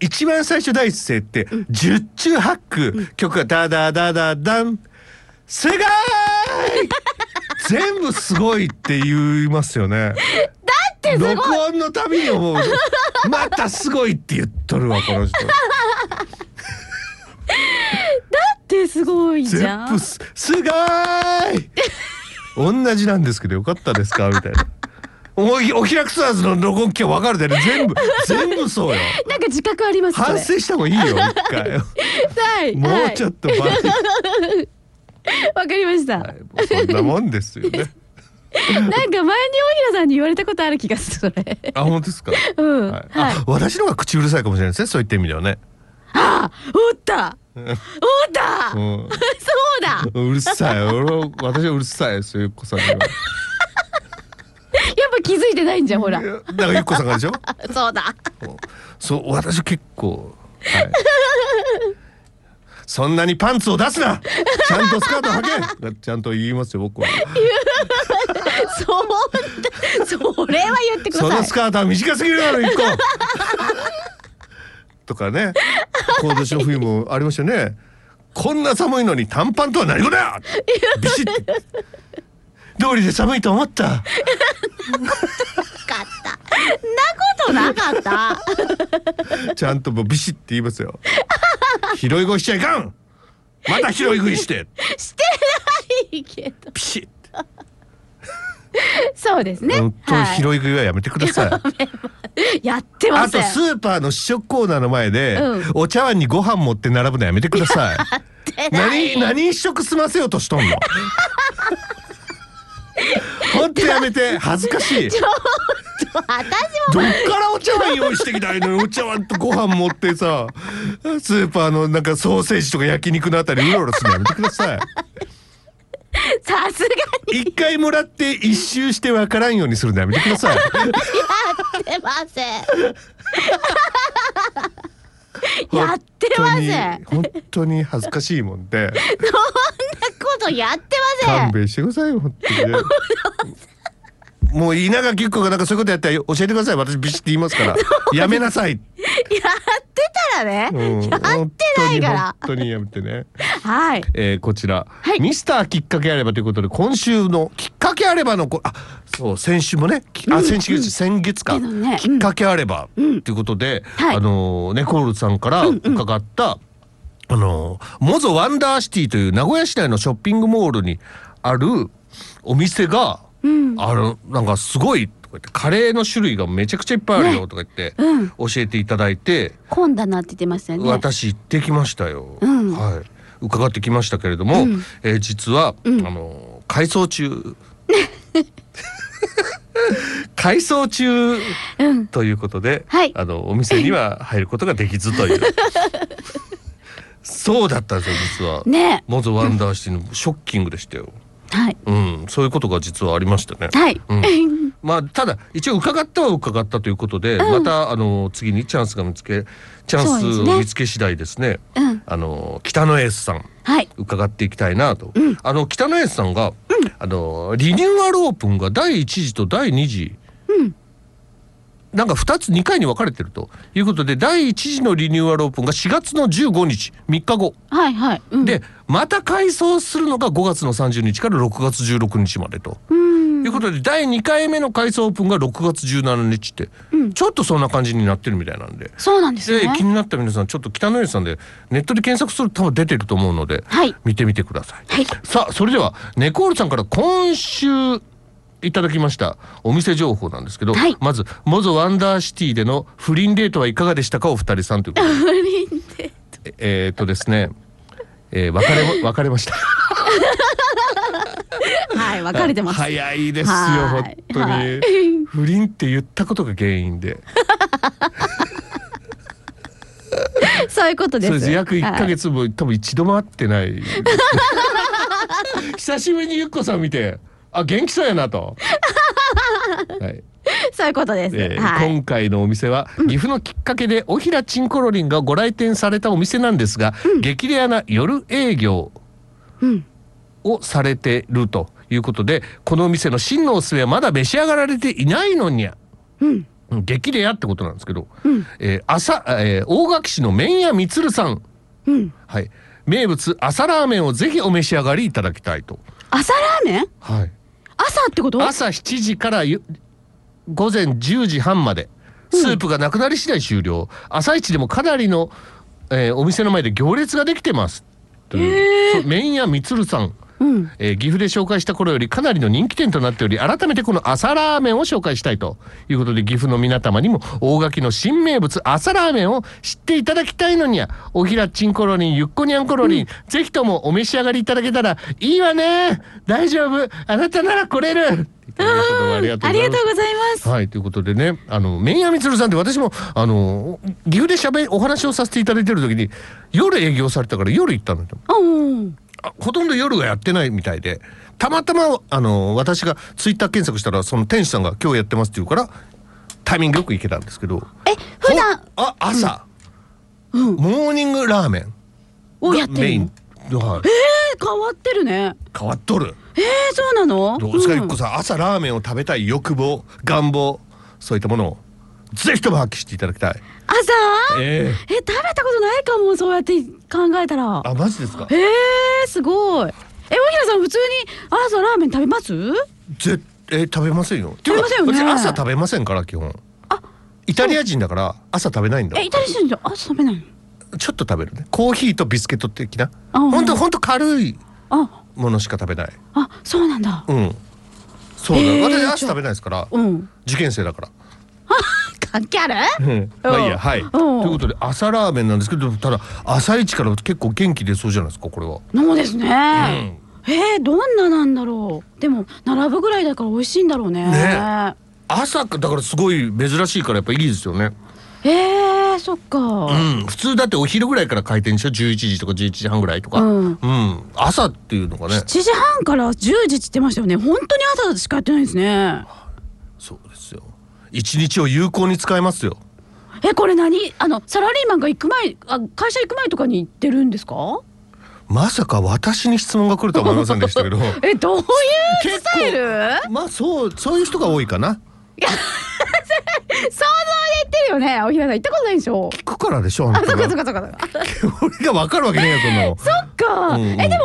Speaker 1: 一番最初第一声って十中八九曲がダダダダダンすごい全部すごいって言いますよ ね。
Speaker 2: てすごい
Speaker 1: 録音のたびに 思うまたすごいって言っとるわこの人。
Speaker 2: ってすごいじゃ
Speaker 1: 全部
Speaker 2: ん
Speaker 1: すすごーい同じなんですけどよかったですかみたいなおいおひらくそわずの録音機は分かるだよね全部全部そうよ
Speaker 2: なんか自覚ありますそれ
Speaker 1: 反省した方がいいよ一回
Speaker 2: はい
Speaker 1: もうちょっとバレ
Speaker 2: はいわかりました、
Speaker 1: はいそんなもんですよね
Speaker 2: なんか前に大平さんに言われたことある気がす るそれ
Speaker 1: あ本当ですか、
Speaker 2: うん
Speaker 1: はい
Speaker 2: はい
Speaker 1: あ私の方が口うるさいかもしれないですねそういった意味ではね、
Speaker 2: あおったおった、
Speaker 1: う
Speaker 2: そ
Speaker 1: ん
Speaker 2: うだ
Speaker 1: うるさい俺は私はうるさいですよゆっこさんには
Speaker 2: やっぱ気づいてないんじゃんほら
Speaker 1: いやだからゆっこさんがでしょ
Speaker 2: そうだ
Speaker 1: そう私結構、はい、そんなにパンツを出すなちゃんとスカート履けちゃんと言いますよ僕は
Speaker 2: そうだそれは言ってく
Speaker 1: そ
Speaker 2: ださ
Speaker 1: の
Speaker 2: い
Speaker 1: スカートは短すぎるだろ一個とかね今年の冬もありましたよねこんな寒いのに短パンとは何事だビシッ通りで寒いと思った
Speaker 2: かったなことなかった
Speaker 1: ちゃんともうビシッて言いますよ拾い声しちゃいかんまた拾い食いして
Speaker 2: してないけど
Speaker 1: ピシッ
Speaker 2: そうですね
Speaker 1: 本当に拾い食いはやめてください
Speaker 2: い、やってま
Speaker 1: あ
Speaker 2: せん
Speaker 1: とスーパーの試食コーナーの前で、
Speaker 2: うん
Speaker 1: お茶碗にご飯持って並ぶのやめてくだ さい。何何試食済ませようとしとんの。本当やめて恥ずかしい。どっ
Speaker 2: 私
Speaker 1: からお茶碗用意してきたらいいのにお茶碗とご飯持ってさ、スーパーのなんかソーセージとか焼肉のあたりうろうろするのやめてくだ さい。
Speaker 2: もさすが
Speaker 1: 一回もらって一周してわからんようにするのやめてください。
Speaker 2: にやってませんやってません
Speaker 1: 本当に本当に恥ずかしいもんで。
Speaker 2: そんなことやってません
Speaker 1: 勘弁してくださいよ本 当にね。もう稲垣由紀子がなんかそういうことやったら教えてください私ビシッて言います からやめなさい、
Speaker 2: やってたらね、
Speaker 1: うん、
Speaker 2: やってないから
Speaker 1: 本当に本当にやめてね、
Speaker 2: はい
Speaker 1: えー、こちら、
Speaker 2: はい
Speaker 1: ミスターきっかけあればということで今週のきっかけあればのこあそう先週もねきあ先週、先月か、
Speaker 2: けどね
Speaker 1: きっかけあればと、いうことで、
Speaker 2: はい
Speaker 1: あのーねコールさんから伺った、あのーモゾワンダーシティという名古屋市内のショッピングモールにあるお店が、あのなんかすごいとか言ってカレーの種類がめちゃくちゃいっぱいあるよとか言って、
Speaker 2: うん
Speaker 1: 教えていただいて、
Speaker 2: 混んだなって言ってましたよね
Speaker 1: 私行ってきましたよ、
Speaker 2: うん
Speaker 1: はい伺ってきましたけれども、
Speaker 2: うん
Speaker 1: えー実は、
Speaker 2: うん
Speaker 1: あの改装中 改装中
Speaker 2: うん
Speaker 1: ということで、
Speaker 2: はい
Speaker 1: あのお店には入ることができずと いうそうだったんですよ実は、
Speaker 2: ね
Speaker 1: モゾワンダーシティのショッキングでしたよ
Speaker 2: はい
Speaker 1: うんそういうことが実はありましたね
Speaker 2: はい、
Speaker 1: うんまあただ一応伺ったは伺ったということで、またあの次にチャンスが見つけチャン
Speaker 2: そうで
Speaker 1: ス
Speaker 2: すね
Speaker 1: を見つけ次第ですね
Speaker 2: うん
Speaker 1: あの北野エースさん
Speaker 2: はい
Speaker 1: 伺っていきたいなと、あの北野エースさんが、あのリニューアルオープンが第1次と第2次、
Speaker 2: うん
Speaker 1: なんか2つ2回に分かれてるということで第1次のリニューアルオープンが4月の15日3日後
Speaker 2: はいはい、うん、
Speaker 1: でまた改装するのが5月の30日から6月16日までと。
Speaker 2: うん
Speaker 1: ということで第2回目の改装オープンが6月17日って、
Speaker 2: うん
Speaker 1: ちょっとそんな感じになってるみたいなんで。
Speaker 2: そうなんです
Speaker 1: で
Speaker 2: ね
Speaker 1: 気になった皆さんちょっと北の家さんでネットで検索すると多分出てると思うので、
Speaker 2: はい
Speaker 1: 見てみてください。
Speaker 2: はい
Speaker 1: さあそれではネコールさんから今週いただきましたお店情報なんですけど、
Speaker 2: はい
Speaker 1: まずモゾワンダーシティでの不倫デートはいかがでしたかお二人さんということで
Speaker 2: 不倫で
Speaker 1: えーっとですね、えー別れま別れました。
Speaker 2: はい分かれてます、
Speaker 1: 早いですよ
Speaker 2: は
Speaker 1: 本
Speaker 2: い
Speaker 1: 当に、
Speaker 2: は
Speaker 1: 不倫って言ったことが原因で
Speaker 2: そそういうことです
Speaker 1: そうです約一ヶ
Speaker 2: はい
Speaker 1: 月も、多分一度も会ってない 久しぶりにゆっこさん見てあ元気そうやなと、はい
Speaker 2: そういうことです、
Speaker 1: えー
Speaker 2: はい
Speaker 1: 今回のお店は岐阜のきっかけでおひらちんころりんがご来店されたお店なんですが、激レアな夜営業
Speaker 2: うん
Speaker 1: をされてるということでこのお店の真のおすすめはまだ召し上がられていないのにゃ
Speaker 2: うん
Speaker 1: うん激レアってことなんですけど、
Speaker 2: うん
Speaker 1: えー朝、えー大垣市の麺屋みつるさん
Speaker 2: うん
Speaker 1: はい、名物朝ラーメンをぜひお召し上がりいただきたいと。
Speaker 2: 朝ラーメン
Speaker 1: はい、
Speaker 2: 朝ってこと
Speaker 1: 朝7時からゆ午前10時半までスープがなくなり次第終了、朝一でもかなりの、えーお店の前で行列ができてますというそう麺屋みつるさん、
Speaker 2: うん
Speaker 1: えー岐阜で紹介した頃よりかなりの人気店となっており改めてこの朝ラーメンを紹介したいということで岐阜の皆様にも大垣の新名物朝ラーメンを知っていただきたいのにゃおひらちんころりんゆっこにゃんころりん、ぜひともお召し上がりいただけたらいいわね大丈夫あなたなら来れるということでありがとう
Speaker 2: あ
Speaker 1: ござ
Speaker 2: り
Speaker 1: い
Speaker 2: が
Speaker 1: ます
Speaker 2: とう。ございます。
Speaker 1: はいということでねあの麺屋みつるさんって私もあの岐阜でしゃべお話をさせていただいてる時に夜営業されたから夜行ったのよ。
Speaker 2: うん、
Speaker 1: あほとんど夜はやってないみたいでたまたまあの私がツイッター検索したらその店主さんが「今日やってます」って言うからタイミングよく行けたんですけど
Speaker 2: え、普段
Speaker 1: ほあ朝、モーニングラーメン
Speaker 2: をや
Speaker 1: が
Speaker 2: って
Speaker 1: メイ
Speaker 2: るの
Speaker 1: ン。はい、
Speaker 2: え、変わってるね。
Speaker 1: 変わっとる
Speaker 2: えー、そうなの？
Speaker 1: どうですか、ゆっ
Speaker 2: ん
Speaker 1: こさん朝ラーメンを食べたい欲望願望そういったものをぜひとも発揮していただきたい
Speaker 2: 朝？
Speaker 1: え
Speaker 2: え、食べたことないかも。そうやって考えたら。
Speaker 1: あマジですか
Speaker 2: えー、すごい。え、大平さん普通に朝ラーメン食べます？
Speaker 1: ぜえ食べませんよ
Speaker 2: 食べませんよね
Speaker 1: ていうか私朝食べませんから基本
Speaker 2: あ
Speaker 1: イタリア人だから朝食べないんだ
Speaker 2: え、イタリア人じゃ朝食べないの？
Speaker 1: ちょっと食べるねコーヒーとビスケット的な
Speaker 2: あ
Speaker 1: ほんと
Speaker 2: うん
Speaker 1: ほんと軽い
Speaker 2: あ、
Speaker 1: ものしか食べない
Speaker 2: あ、そうなんだ。
Speaker 1: うんそうだ、
Speaker 2: へー
Speaker 1: 私朝食べないですから
Speaker 2: うん。
Speaker 1: 受験生だから
Speaker 2: 関係ある？
Speaker 1: うんまあいいやはい
Speaker 2: ん
Speaker 1: ということで朝ラーメンなんですけどただ朝一から結構元気出そうじゃないですかこれは
Speaker 2: のですね。えー、どんななんだろう。でも並ぶぐらいだから美味しいんだろうね。
Speaker 1: ね朝かだからすごい珍しいからやっぱいいですよね
Speaker 2: えー、そっか。
Speaker 1: うん普通だってお昼ぐらいから開店でしょ11時とか11時半ぐらいとか
Speaker 2: うん
Speaker 1: うん朝っていうのがね
Speaker 2: 7時半から10時って言ってましたよね本当に朝しかやってないですね
Speaker 1: そうですよ一日を有効に使えますよ
Speaker 2: えこれ何あのサラリーマンが行く前あ会社行く前とかに行ってるんですか
Speaker 1: まさか私に質問が来るとは思いませんでしたけ ど
Speaker 2: えどういうスタイル
Speaker 1: まあそうそういう人が多いかな
Speaker 2: 想像で言ってるよねおひらさん行ったことないでしょ
Speaker 1: 聞くからでしょあん
Speaker 2: あそ
Speaker 1: た
Speaker 2: っかそっ
Speaker 1: が
Speaker 2: かそっかそっか
Speaker 1: 俺が分かるわけねえよそんなの
Speaker 2: そっか、
Speaker 1: うんうん
Speaker 2: えでもおひら食べに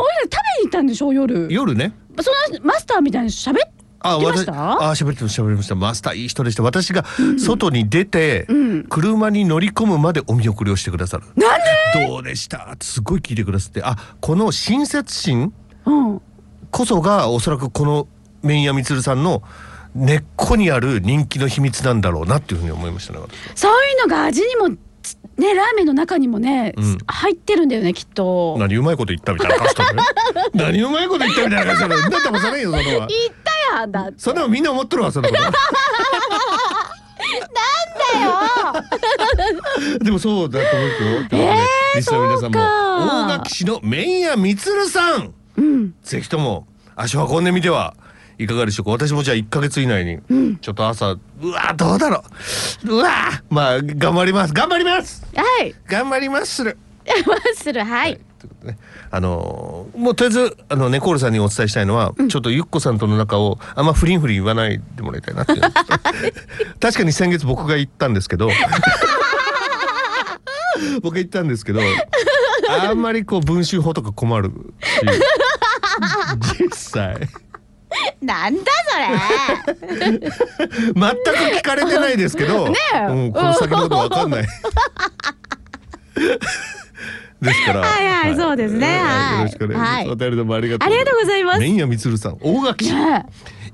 Speaker 2: 行ったんでしょ夜
Speaker 1: 夜ね
Speaker 2: そのマスターみたいに喋って
Speaker 1: あ
Speaker 2: まし
Speaker 1: 私
Speaker 2: た
Speaker 1: あ喋ってました喋りましたマスターいい人でした私が外に出て、
Speaker 2: ん
Speaker 1: 車に乗り込むまでお見送りをしてくださる
Speaker 2: なんで
Speaker 1: どうでしたってすごい聞いてくださってあこの親切心
Speaker 2: うん
Speaker 1: こそがおそらくこの麺屋みつるさんの根っこにある人気の秘密なんだろうなっていうふうに思いましたね私
Speaker 2: そういうのが味にもつねラーメンの中にもね、
Speaker 1: うん
Speaker 2: 入ってるんだよねきっと
Speaker 1: 何うまいこと言ったみたいな顔して るね何うまいこと言ったみたいな顔してるんだってもさないよそのは
Speaker 2: 行ったやんだって
Speaker 1: そんなのみんな思っとるわそんなことでもそうだと思うよ、ということでリスナーの皆さんも
Speaker 2: そうか
Speaker 1: 大垣市の麺屋みつるさん
Speaker 2: うん
Speaker 1: ぜひとも足を運んでみてはいかがでしょうか私もじゃあ1ヶ月以内に、ちょっと朝うわどうだろううわまあ頑張ります頑張ります
Speaker 2: はい。
Speaker 1: 頑張りますする
Speaker 2: マッスルはい。
Speaker 1: ということでねあのーもうとりあえずあのネコールさんにお伝えしたいのは、ちょっとゆっこさんとの仲をあんまフリンフリン言わないでもらいたいなっていう確かに先月僕が言ったんですけど僕が言ったんですけどあんまりこう文集法とか困るし実際
Speaker 2: なんだそれ。
Speaker 1: 全く聞かれてないですけ ど、
Speaker 2: え
Speaker 1: うん、この先のことわかん ない。ですから。
Speaker 2: はいはいそうですねはい
Speaker 1: よろしくお願いします。
Speaker 2: はい
Speaker 1: お便りどうもありがとう。
Speaker 2: ありがとうございます
Speaker 1: 麺屋みつるさん、大垣市。
Speaker 2: ね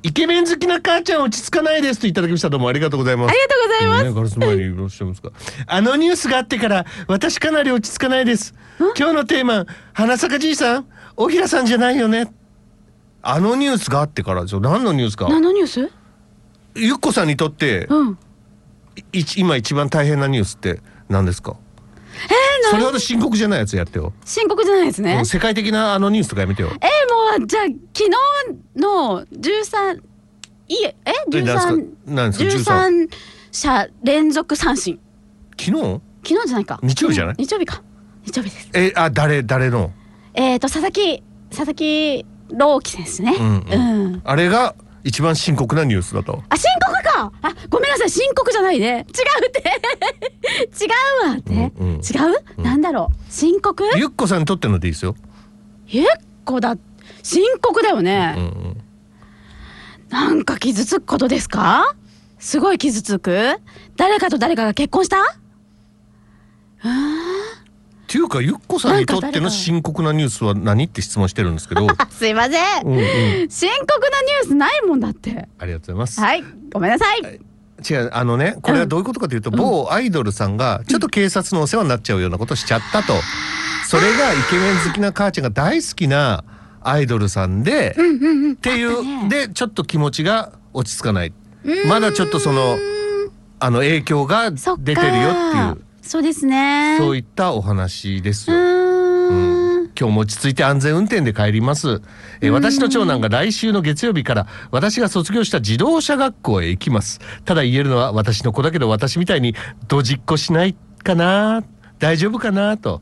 Speaker 1: イケメン好きな母ちゃん落ち着かないですといただきました。どうもありがとうございます。
Speaker 2: ありがとうございます
Speaker 1: ね、ガラス前にいらっしゃいますか。あのニュースがあってから、私かなり落ち着かないです。今日のテーマ、花咲かじいさん、大平さんじゃないよね。あのニュースがあってからですよ。何のニュースか。
Speaker 2: 何のニュース？
Speaker 1: ゆっこさんにとって、
Speaker 2: うん。
Speaker 1: い今一番大変なニュースって何ですか
Speaker 2: えー、
Speaker 1: それほど深刻じゃないやつやってよ、
Speaker 2: 深刻じゃないですね
Speaker 1: もう。世界的なあのニュースとかやめてよ
Speaker 2: えー、もうじゃあ昨日の十三いええ十三
Speaker 1: 何ですか何ですか
Speaker 2: 十三者連続三振。
Speaker 1: 昨日
Speaker 2: 昨日じゃないか。
Speaker 1: 日曜日じゃない
Speaker 2: うん日曜日か。日曜日です。
Speaker 1: えあ誰誰の
Speaker 2: えっ、と佐々木佐々木朗希選手ね。
Speaker 1: うんうんあれが一番深刻なニュースだと
Speaker 2: あ、深刻かあ、ごめんなさい、深刻じゃないね。違うって。 違うわって。
Speaker 1: うんうん
Speaker 2: 違う、なんだろう。深刻
Speaker 1: ゆっこさんにとってのでいいですよ、
Speaker 2: 結構だ。深刻だよね
Speaker 1: う、んうん、
Speaker 2: なんか傷つくことですかすごい傷つく誰かと誰かが結婚した
Speaker 1: っていうかゆっこさんにとっての深刻なニュースは何って質問してるんですけど、
Speaker 2: あ、すいません。
Speaker 1: うんうん、
Speaker 2: 深刻なニュースないもんだって。
Speaker 1: ありがとうございます、
Speaker 2: はい、ごめんなさい。
Speaker 1: 違うあのねこれはどういうことかというと、某アイドルさんがちょっと警察のお世話になっちゃうようなことしちゃったと、それがイケメン好きな母ちゃんが大好きなアイドルさんで、
Speaker 2: うんうんうん。
Speaker 1: ってい
Speaker 2: あったね
Speaker 1: うでちょっと気持ちが落ち着かないまだちょっとそのあの影響が出て
Speaker 2: そっか。
Speaker 1: るよっていう
Speaker 2: そうですね。
Speaker 1: そういったお話です
Speaker 2: う
Speaker 1: よ。
Speaker 2: ーん。
Speaker 1: 今日も落ち着いて安全運転で帰ります、えー私の長男が来週の月曜日から私が卒業した自動車学校へ行きますただ言えるのは私の子だけど私みたいにドジっ子しないかな大丈夫かなと、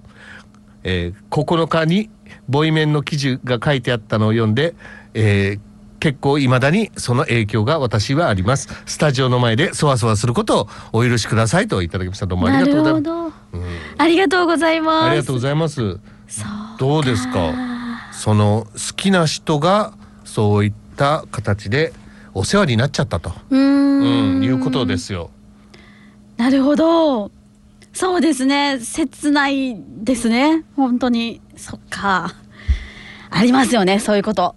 Speaker 1: えー9日にボイメンの記事が書いてあったのを読んで、えー結構未だにその影響が私はありますスタジオの前でそわそわすることをお許しくださいといただきましたどうもあり
Speaker 2: な
Speaker 1: がとう
Speaker 2: る
Speaker 1: ござい
Speaker 2: ほ
Speaker 1: ます
Speaker 2: ど。ありがとうございます。
Speaker 1: ありがとうございます。
Speaker 2: そう
Speaker 1: どうですか。その好きな人がそういった形でお世話になっちゃったと、
Speaker 2: うー
Speaker 1: うんん、いうことですよ。
Speaker 2: なるほど。そうですね。切ないですね。本当に。そっか。ありますよね。そういうこと。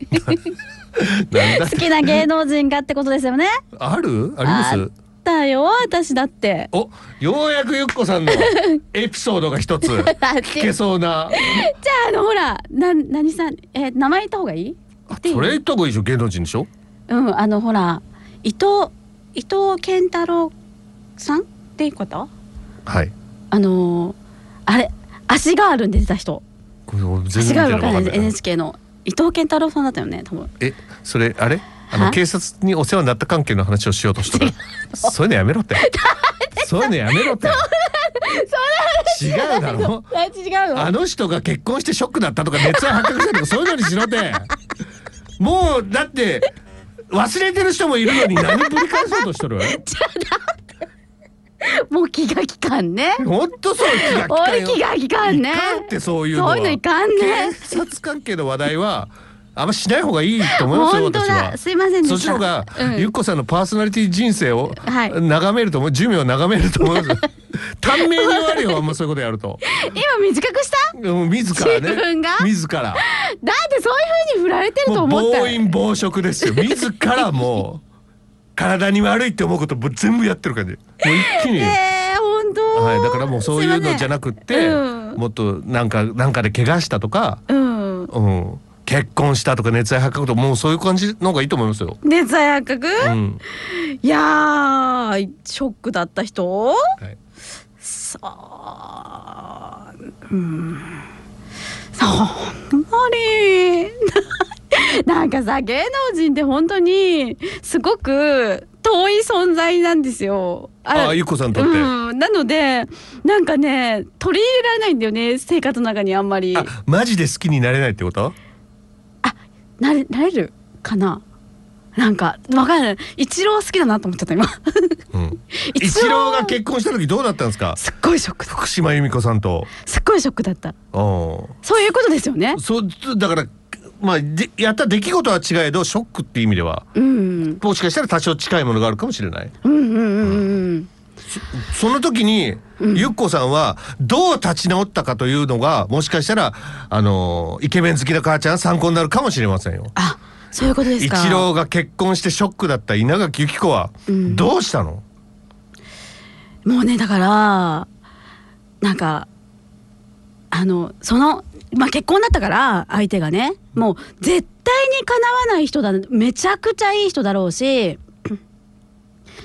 Speaker 1: なんだ
Speaker 2: 好きな芸能人がってことですよね。
Speaker 1: あるあります。
Speaker 2: あだよ。私だって。
Speaker 1: お、ようやくゆっこ さんのエピソードが一つ
Speaker 2: だっ
Speaker 1: 聞け
Speaker 2: てじゃ
Speaker 1: そうな。
Speaker 2: ああのほら、な何さん、え名前言った方がいい？言っていい
Speaker 1: それ言った方がいいでしょ芸能人でしょ。
Speaker 2: うん、あのほら伊藤伊藤健太郎さんっていうこと？
Speaker 1: はい。
Speaker 2: あのーあれ足があるんで出た人
Speaker 1: これ俺全然
Speaker 2: 足が
Speaker 1: 見
Speaker 2: あ
Speaker 1: て
Speaker 2: るわ
Speaker 1: ない
Speaker 2: かん
Speaker 1: わかん
Speaker 2: ないです
Speaker 1: ない。
Speaker 2: NHK の伊藤健太郎さんだったよね多分
Speaker 1: え、それあれ？あの
Speaker 2: は
Speaker 1: 警察にお世話になった関係の話をしようとしたから。そういうのやめ ろって。そういうのやめろって。違うだろ。
Speaker 2: え違う
Speaker 1: あの人が結婚してショックだったとか熱愛発覚したとかそういうのにしろってもうだって忘れてる人もいるのに何ぶり返そうとしとる
Speaker 2: もう気が利かんね
Speaker 1: ほんとそう気が利かん
Speaker 2: 俺
Speaker 1: よ
Speaker 2: 気が利かんね
Speaker 1: いかんってそういうのは
Speaker 2: そういうのいかんね
Speaker 1: 警察関係の話題はあんましない方がいいと思いますよ
Speaker 2: 本当
Speaker 1: 私は
Speaker 2: だすいませんで
Speaker 1: そ
Speaker 2: し
Speaker 1: ったちの方が、
Speaker 2: うん
Speaker 1: ゆっこさんのパーソナリティ人生を
Speaker 2: はい
Speaker 1: 眺めると思う、寿命を眺める と思うんですよ短命に終わるよあんまそういうことやると
Speaker 2: 今短くした
Speaker 1: もう自らね
Speaker 2: 自分が
Speaker 1: 自ら
Speaker 2: だってそういう風に振られてると
Speaker 1: もう
Speaker 2: 思った
Speaker 1: 暴飲暴食ですよ自らもう体に悪いって思うことぶ全部やってる感じもう一気に、
Speaker 2: えー、本当
Speaker 1: はい、だからもうそういうのじゃな
Speaker 2: く
Speaker 1: くって、
Speaker 2: うん
Speaker 1: もっとなんかなんかで怪我したとか、
Speaker 2: うん
Speaker 1: うん、結婚したとか熱愛発覚とかもうそういう感じの方がいいと思いますよ。
Speaker 2: 熱愛発覚、
Speaker 1: うん
Speaker 2: いやーショックだった人
Speaker 1: はい、
Speaker 2: そううんそうほんまにななんかさ芸能人って本当にすごく遠い存在なんですよ
Speaker 1: ああゆっこさんにとって、
Speaker 2: うん、なのでなんかね取り入れられないんだよね生活の中にあんまり
Speaker 1: あマジで好きになれないってこと
Speaker 2: なれなれるかななんかわかんない一郎好きだなと思っちゃった今
Speaker 1: うん
Speaker 2: 一郎
Speaker 1: 一郎が結婚した時どうだったんですか
Speaker 2: すっごいショックだ
Speaker 1: 福島由美子さんと。
Speaker 2: すっごいショックだった
Speaker 1: うん
Speaker 2: そういうことですよね
Speaker 1: そうだから、まあ、でやった出来事は違えどショックっていう意味では
Speaker 2: うん
Speaker 1: もしかしたら多少近いものがあるかもしれない
Speaker 2: うんうんうんうん
Speaker 1: その時に、ゆっこさんはどう立ち直ったかというのがもしかしたらあのイケメン好きな母ちゃん参考になるかもしれませんよ
Speaker 2: あそういうことです
Speaker 1: 一
Speaker 2: か
Speaker 1: 郎が結婚してショックだった稲垣由紀子は
Speaker 2: うん
Speaker 1: どうしたの、
Speaker 2: もうねだからなんかあのその、まあ、結婚だったから相手がねもう絶対にかなわない人だめちゃくちゃいい人だろうし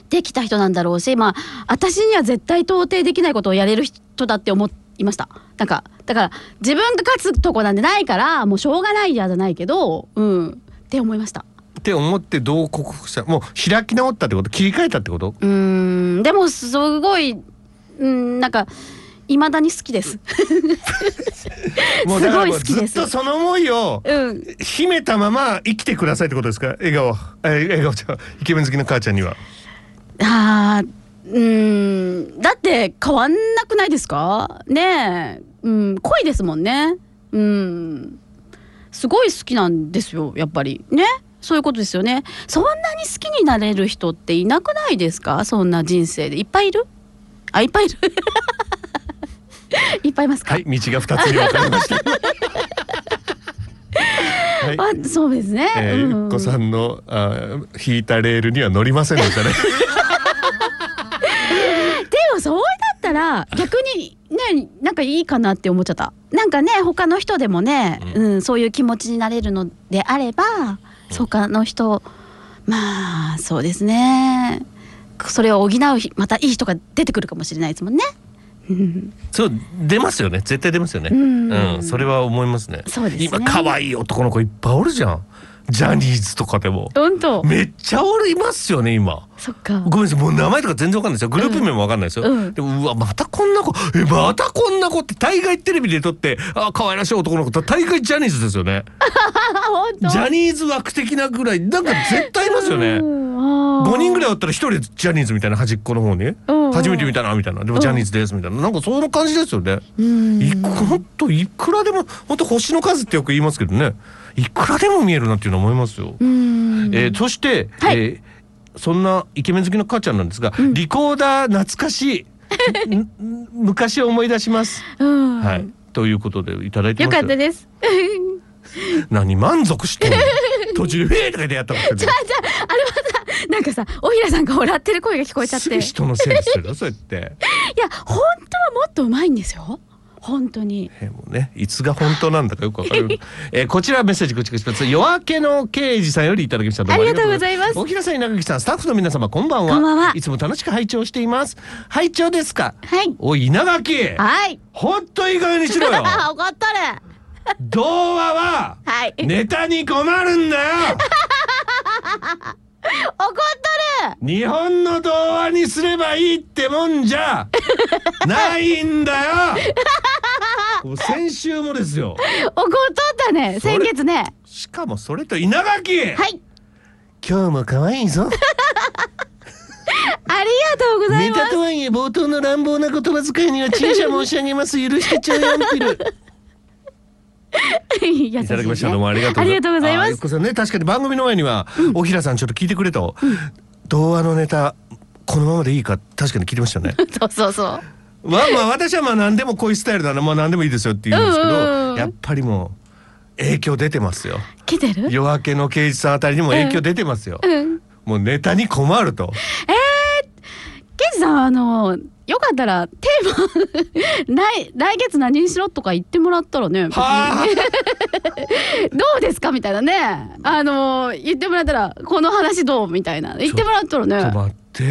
Speaker 2: できた人なんだろうし、まあ、私には絶対到底できないことをやれる人だって思いましたなんかだから自分が勝つとこなんてないからもうしょうがないやじゃないけどうんって思いました
Speaker 1: って思ってどう克服したもう開き直ったってこと切り替えたってこと
Speaker 2: うーんでもすごいうんなんかいまだに好きです
Speaker 1: もうだから
Speaker 2: すごい好きです
Speaker 1: ずっとその思いを
Speaker 2: うん
Speaker 1: 秘めたまま生きてくださいってことですか笑顔えー笑顔ちゃんイケメン好きの母ちゃんには
Speaker 2: あーうーんだって変わんなくないですかねえ、うん、恋ですもんねうんすごい好きなんですよやっぱりねそういうことですよねそんなに好きになれる人っていなくないですかそんな人生でいっぱいいるあいっぱいいる いっぱいいますか、
Speaker 1: はい道が二つに分かれま したはい
Speaker 2: あそうですね、
Speaker 1: えー
Speaker 2: うん
Speaker 1: ゆっこさんのあー引いたレールには乗りませんでしたね
Speaker 2: でもそうだったら逆にねなんかいいかなって思っちゃったなんかね他の人でもね、うんそういう気持ちになれるのであれば、他の人まあそうですねそれを補う日またいい人が出てくるかもしれないですもんね。うん
Speaker 1: そう出ますよね絶対出ますよね
Speaker 2: うん
Speaker 1: それは思いますね
Speaker 2: そうですね
Speaker 1: 今可愛い男の子いっぱいおるじゃんジャニーズとかでも
Speaker 2: 本当
Speaker 1: めっちゃおるいますよね今
Speaker 2: そっか
Speaker 1: ごめんなさいもう名前とか全然わかんないですよグループ名もわかんないですよ、
Speaker 2: うん
Speaker 1: でもうわまたこんな子えまたこんな子って大概テレビで撮ってあ可愛らしい男の子と大概ジャニーズですよね
Speaker 2: あ本当
Speaker 1: ジャニーズ枠的なぐらいなんか絶対いますよね、
Speaker 2: 5
Speaker 1: 5人ぐら
Speaker 2: い
Speaker 1: いおったら1人ジャニーズみたいな端っこの方に
Speaker 2: うんうん
Speaker 1: 初めて見たなみたいなでもジャニーズですみたいななんかその感じですよね
Speaker 2: うん
Speaker 1: いくほんといくらでもほんと星の数ってよく言いますけどねいくらでも見えるなっていうのは思いますよ、
Speaker 2: うん
Speaker 1: えーそして、
Speaker 2: はい
Speaker 1: えーそんなイケメン好きの母ちゃんなんですが、リコーダー懐かし いんん昔を思い出します、
Speaker 2: うん
Speaker 1: はいということでいただいて
Speaker 2: よ
Speaker 1: ます
Speaker 2: かったです
Speaker 1: 何満足して んの途中で「えー!」とかでやったんですけど
Speaker 2: なんかさおひらさんが笑ってる声が聞こえちゃっ
Speaker 1: す
Speaker 2: て
Speaker 1: ぐ人のせいですよそうやって。
Speaker 2: いや本当はもっとうまいんですよ本当に
Speaker 1: えーもうね、いつが本当なんだかよくわかる。えーこちらメッセージこちらします。夜明けの刑事さんよりいただきました。どうも
Speaker 2: ありがとうございます
Speaker 1: 大平さん、稲垣さん、スタッフの皆様、こんばんは。
Speaker 2: こんばんはい
Speaker 1: つも楽しく拝聴しています。拝聴ですか。
Speaker 2: はい
Speaker 1: おい、稲垣。
Speaker 2: はい
Speaker 1: 本当いい加減にしろよ。
Speaker 2: 怒っとる
Speaker 1: 童話は。
Speaker 2: はい、
Speaker 1: ネタに困るんだ よ。
Speaker 2: 怒っとる
Speaker 1: 日本の童話にすればいいってもんじ ゃ。ないんだ よ。もう先週もですよ。
Speaker 2: 怒っとったね
Speaker 1: それ
Speaker 2: 先月ね
Speaker 1: しかもそれと稲垣。
Speaker 2: はい
Speaker 1: 今日も可愛いぞ。
Speaker 2: ありがとうござい
Speaker 1: ネ
Speaker 2: ま
Speaker 1: タ
Speaker 2: す
Speaker 1: とはいえ冒頭の乱暴な言葉遣いには注射申し上げます。許してちょうよんぴる。
Speaker 2: い
Speaker 1: いただきました。どうもありがとう
Speaker 2: ありがとうございま
Speaker 1: あ
Speaker 2: す
Speaker 1: ゆっこさんね、確かに番組の前には、おひらさんちょっと聞いてくれと。童話のネタ、このままでいいか、確かに聞いてました ね。
Speaker 2: そうそうそう
Speaker 1: まあまあ、私はまあ何でもこういうスタイルだな、まあ何でもいいですよって言うんですけど、
Speaker 2: うんうんうん
Speaker 1: やっぱりもう、影響出てますよ。
Speaker 2: 来てる
Speaker 1: 夜明けの刑事さんあたりにも影響出てますよ。
Speaker 2: うん
Speaker 1: もうネタに困る と。
Speaker 2: ケンジさんあのよかったらテーマ来来月何にしろとか言ってもらったらね
Speaker 1: はあ。
Speaker 2: どうですかみたいなねあの言ってもらったらこの話どうみたいな言ってもらったらね
Speaker 1: ちょっと待って。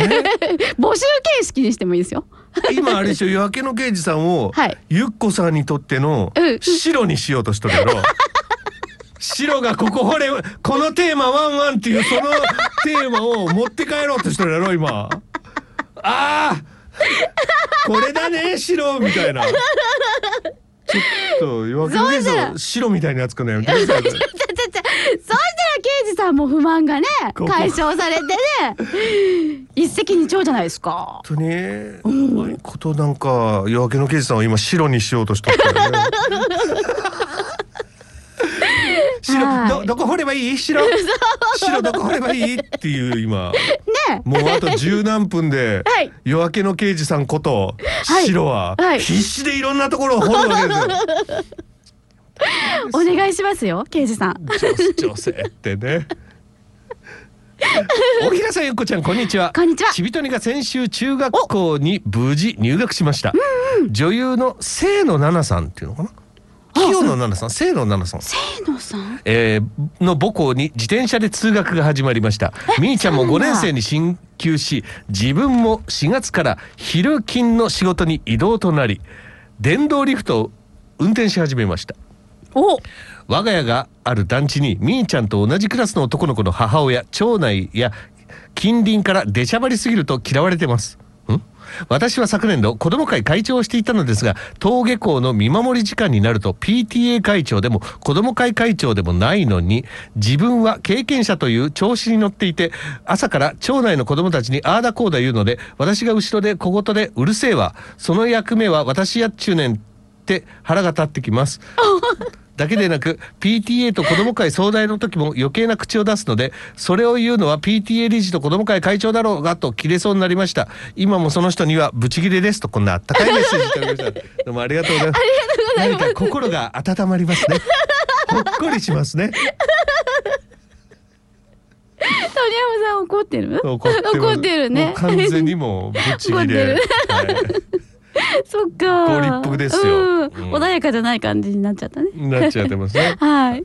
Speaker 2: 募集形式にしてもいい ですよ。
Speaker 1: 今あれでしょ夜明けの刑事さんを、
Speaker 2: はい
Speaker 1: ゆっこさんにとっての
Speaker 2: うん
Speaker 1: 白にしようとしとるや ろ白がここほれこのテーマワンワンっていうそのテーマを持って帰ろうとしとるやろ今あーこれだね白みたいなちょっと夜明けの刑事
Speaker 2: そうじ
Speaker 1: さ
Speaker 2: ゃ
Speaker 1: ん白みたいなやつかねやめてくださいね
Speaker 2: ちゃちゃちゃそうしたら刑事さんも不満がね
Speaker 1: ここ
Speaker 2: 解消されてね一石二鳥じゃないですか。
Speaker 1: 本当に、うまいことなんか夜明けの刑事さんを今白にしようとしとったよね
Speaker 2: は
Speaker 1: 白
Speaker 2: い
Speaker 1: どどこ掘ればいい 白白どこ掘ればいいっていう今
Speaker 2: ね
Speaker 1: もうあと十何分で、
Speaker 2: はい
Speaker 1: 夜明けの刑事さんこと
Speaker 2: はい
Speaker 1: 白は
Speaker 2: はい
Speaker 1: 必死でいろんなところを掘るわけですよ、
Speaker 2: お願いしますよ刑事さん。
Speaker 1: 女女性ってね。 大平さんゆっこちゃんこんにちは
Speaker 2: こんにちは
Speaker 1: ちびとにが先週中学校に無事入学しました、女優の清野奈々さんっていうのかな、清野奈々さん清野奈々さん
Speaker 2: 清野さん
Speaker 1: えーの母校に自転車で通学が始まりましたみーちゃんも
Speaker 2: そう
Speaker 1: 5
Speaker 2: なんだ
Speaker 1: 年生に進級し自分も4月から昼勤の仕事に移動となり電動リフトを運転し始めました
Speaker 2: お
Speaker 1: 我が家がある団地にみーちゃんと同じクラスの男の子の母親長男や近隣から出しゃばりすぎると嫌われてますん私は昨年度子ども会会長をしていたのですが登下校の見守り時間になると PTA 会長でも子ども会会長でもないのに自分は経験者という調子に乗っていて朝から町内の子どもたちにああだこうだ言うので私が後ろで小言で「うるせえわその役目は私やっちゅうねん」って腹が立ってき ますだけでなく PTA と子ども会総代の時も余計な口を出すのでそれを言うのは PTA 理事と子ども会会長だろうがと切れそうになりました今もその人にはブチギレですとこんなあったかいメッセージいただきましたどうもありがとうございます何か心が温まりますねほっこりしますね
Speaker 2: 鳥山さん怒ってる
Speaker 1: 怒ってます
Speaker 2: 怒ってる
Speaker 1: も
Speaker 2: ね
Speaker 1: う完全にもうブチギレ
Speaker 2: 怒 そっか
Speaker 1: ご立腹ですよ
Speaker 2: う
Speaker 1: うん
Speaker 2: ん穏やかじゃない感じになっちゃったね
Speaker 1: はい、なっちゃってますね
Speaker 2: はい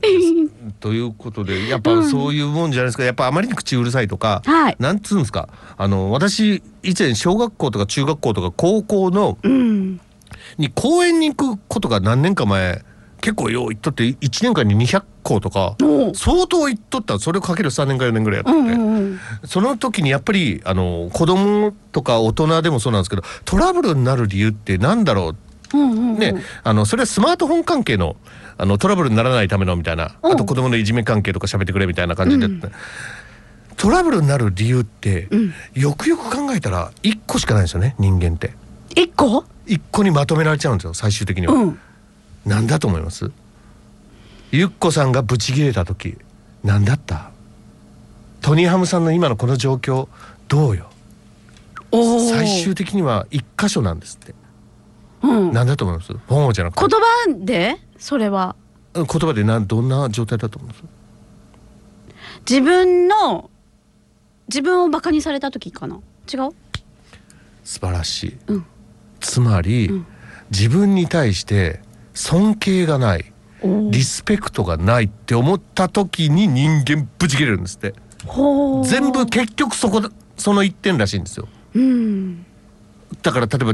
Speaker 1: ということでやっぱそういうもんじゃないですかやっぱあまりに口うるさいとか、
Speaker 2: はい
Speaker 1: なんつうんですかあの私以前小学校とか中学校とか高校の
Speaker 2: うん
Speaker 1: に公園に行くことが何年か前結構よう行っとって1年間に200校とか
Speaker 2: おう
Speaker 1: 相当行っとったそれをかける3年か4年ぐらいやっ
Speaker 2: う
Speaker 1: てて、
Speaker 2: んうんうん
Speaker 1: その時にやっぱりあの子供とか大人でもそうなんですけどトラブルになる理由ってなんだろう
Speaker 2: うんうんうん
Speaker 1: ね、あのそれはスマートフォン関係のあのトラブルにならないためのみたいな、
Speaker 2: うん
Speaker 1: あと子供のいじめ関係とか喋ってくれみたいな感じで、トラブルになる理由って、
Speaker 2: ん
Speaker 1: よくよく考えたら1個しかないんですよね人間って
Speaker 2: 一個
Speaker 1: 1個にまとめられちゃうんですよ最終的には、
Speaker 2: うん
Speaker 1: なんだと思いますゆっこさんがブチ切れた時なんだったトニーハムさんの今のこの状況どうよ
Speaker 2: おー
Speaker 1: 最終的には1箇所なんですって
Speaker 2: うん言
Speaker 1: なんだと思います本じゃなくて
Speaker 2: 葉でそれは
Speaker 1: 言葉でなんどんな状態だと思います
Speaker 2: 自分の自分をバカにされた時かな違う
Speaker 1: 素晴らしい、
Speaker 2: うん
Speaker 1: つまり、
Speaker 2: うん
Speaker 1: 自分に対して尊敬がない
Speaker 2: お
Speaker 1: リスペクトがないって思った時に人間ぶち切れるんですって
Speaker 2: ほー
Speaker 1: 全部結局そこだその一点らしいんですよ
Speaker 2: うん
Speaker 1: だから例えば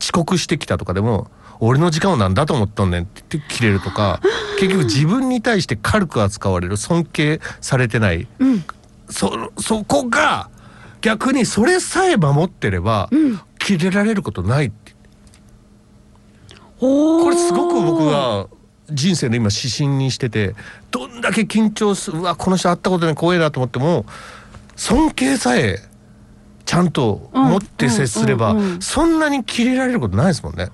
Speaker 1: 遅刻してきたとかでも俺の時間をなんだと思ったんねんって言って切れると か結局自分に対して軽く扱われる尊敬されてない
Speaker 2: うん
Speaker 1: そそこが逆にそれさえ守ってれば、
Speaker 2: うん
Speaker 1: 切れられることないって
Speaker 2: おー
Speaker 1: これすごく僕は人生の今指針にしててどんだけ緊張するうわこの人会ったことない怖いなと思っても尊敬さえちゃんと持って接すれば、
Speaker 2: うんうんうんうん
Speaker 1: そんなに切れられることないですもんね。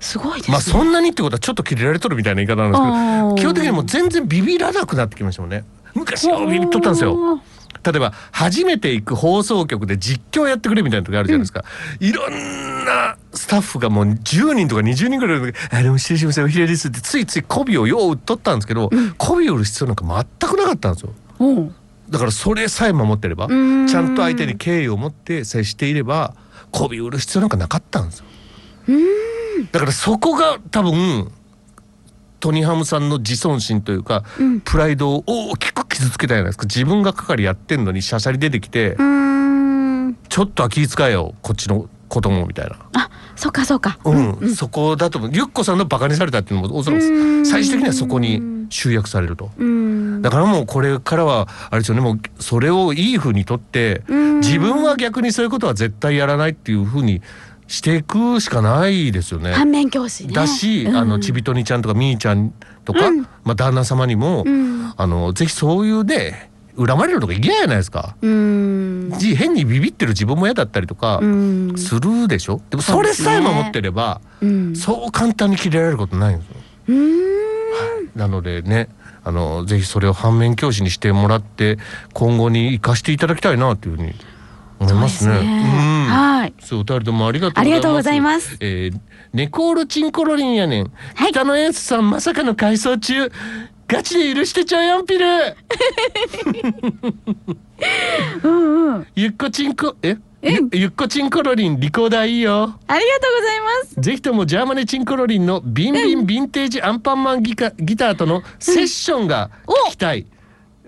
Speaker 2: すごいですね
Speaker 1: まあそんなにってことはちょっと切れられとるみたいな言い方なん
Speaker 2: あー
Speaker 1: ですけど基本的にもう全然ビビらなくなってきましたもんね。昔はビビっとったんですよ。
Speaker 2: おー
Speaker 1: 例えば初めて行く放送局で実況やってくれみたいな時あるじゃないですか、いろんなスタッフがもう10人とか20人ぐらいの時あでも失礼しましたおひれです」ってついつい媚びをよう売っとったんですけど媚びを売る必要なんか全くなかったんですよ
Speaker 2: うん
Speaker 1: だからそれさえ守ってればち
Speaker 2: ーん
Speaker 1: ゃんと相手に敬意を持って接していれば媚びを売る必要なんかなかったんですよだからそこが多分トニハムさんの自尊心というか、
Speaker 2: うん
Speaker 1: プライドを大きく傷つけたじゃないですか自分が係やってんのにしゃしゃり出てきて、
Speaker 2: うーん
Speaker 1: ちょっとは気遣えよこっちの子供みたいな、
Speaker 2: あそうかそうか
Speaker 1: うんそこだと思うゆっこさんのバカにされたっていうのもおそら
Speaker 2: うーん
Speaker 1: く最終的にはそこに集約されると
Speaker 2: うん
Speaker 1: だからもうこれからはあれですよねもうそれをいい風にとって
Speaker 2: うん
Speaker 1: 自分は逆にそういうことは絶対やらないっていう風にしていくしかないですよね。
Speaker 2: 反面教師ね
Speaker 1: だし、
Speaker 2: うん
Speaker 1: あのちびとにちゃんとかみーちゃんとか、
Speaker 2: うん
Speaker 1: まあ、旦那様にも、
Speaker 2: うん
Speaker 1: あのぜひそういうね恨まれるとか嫌じゃないですか、
Speaker 2: うん
Speaker 1: じ変にビビってる自分も嫌だったりとか
Speaker 2: う、ん
Speaker 1: するでしょでも
Speaker 2: そ
Speaker 1: そう
Speaker 2: で
Speaker 1: れ
Speaker 2: すね
Speaker 1: さえ守ってれば
Speaker 2: うん
Speaker 1: そう簡単に切れられることないんですよ
Speaker 2: うーん
Speaker 1: なのでねあのぜひそれを反面教師にしてもらって今後に生かしていただきたいなというふうに思いますね
Speaker 2: そうですね
Speaker 1: うん
Speaker 2: はい
Speaker 1: そうお二人ともありがとうございます
Speaker 2: ありがとうございます
Speaker 1: えー、ネコールチンコロリンやねん、
Speaker 2: はい
Speaker 1: 北野エースさんまさかの改装中ガチで許してちょよ んぴる
Speaker 2: うんうん
Speaker 1: ゆっこちんこえ
Speaker 2: え
Speaker 1: ゆゆっこちんころりんリコーダーいいよ
Speaker 2: ありがとうございます
Speaker 1: ぜひともジャーマネチンコロリンのビンビンヴィンテージアンパンマンギカギターとのセッションが聞きたい。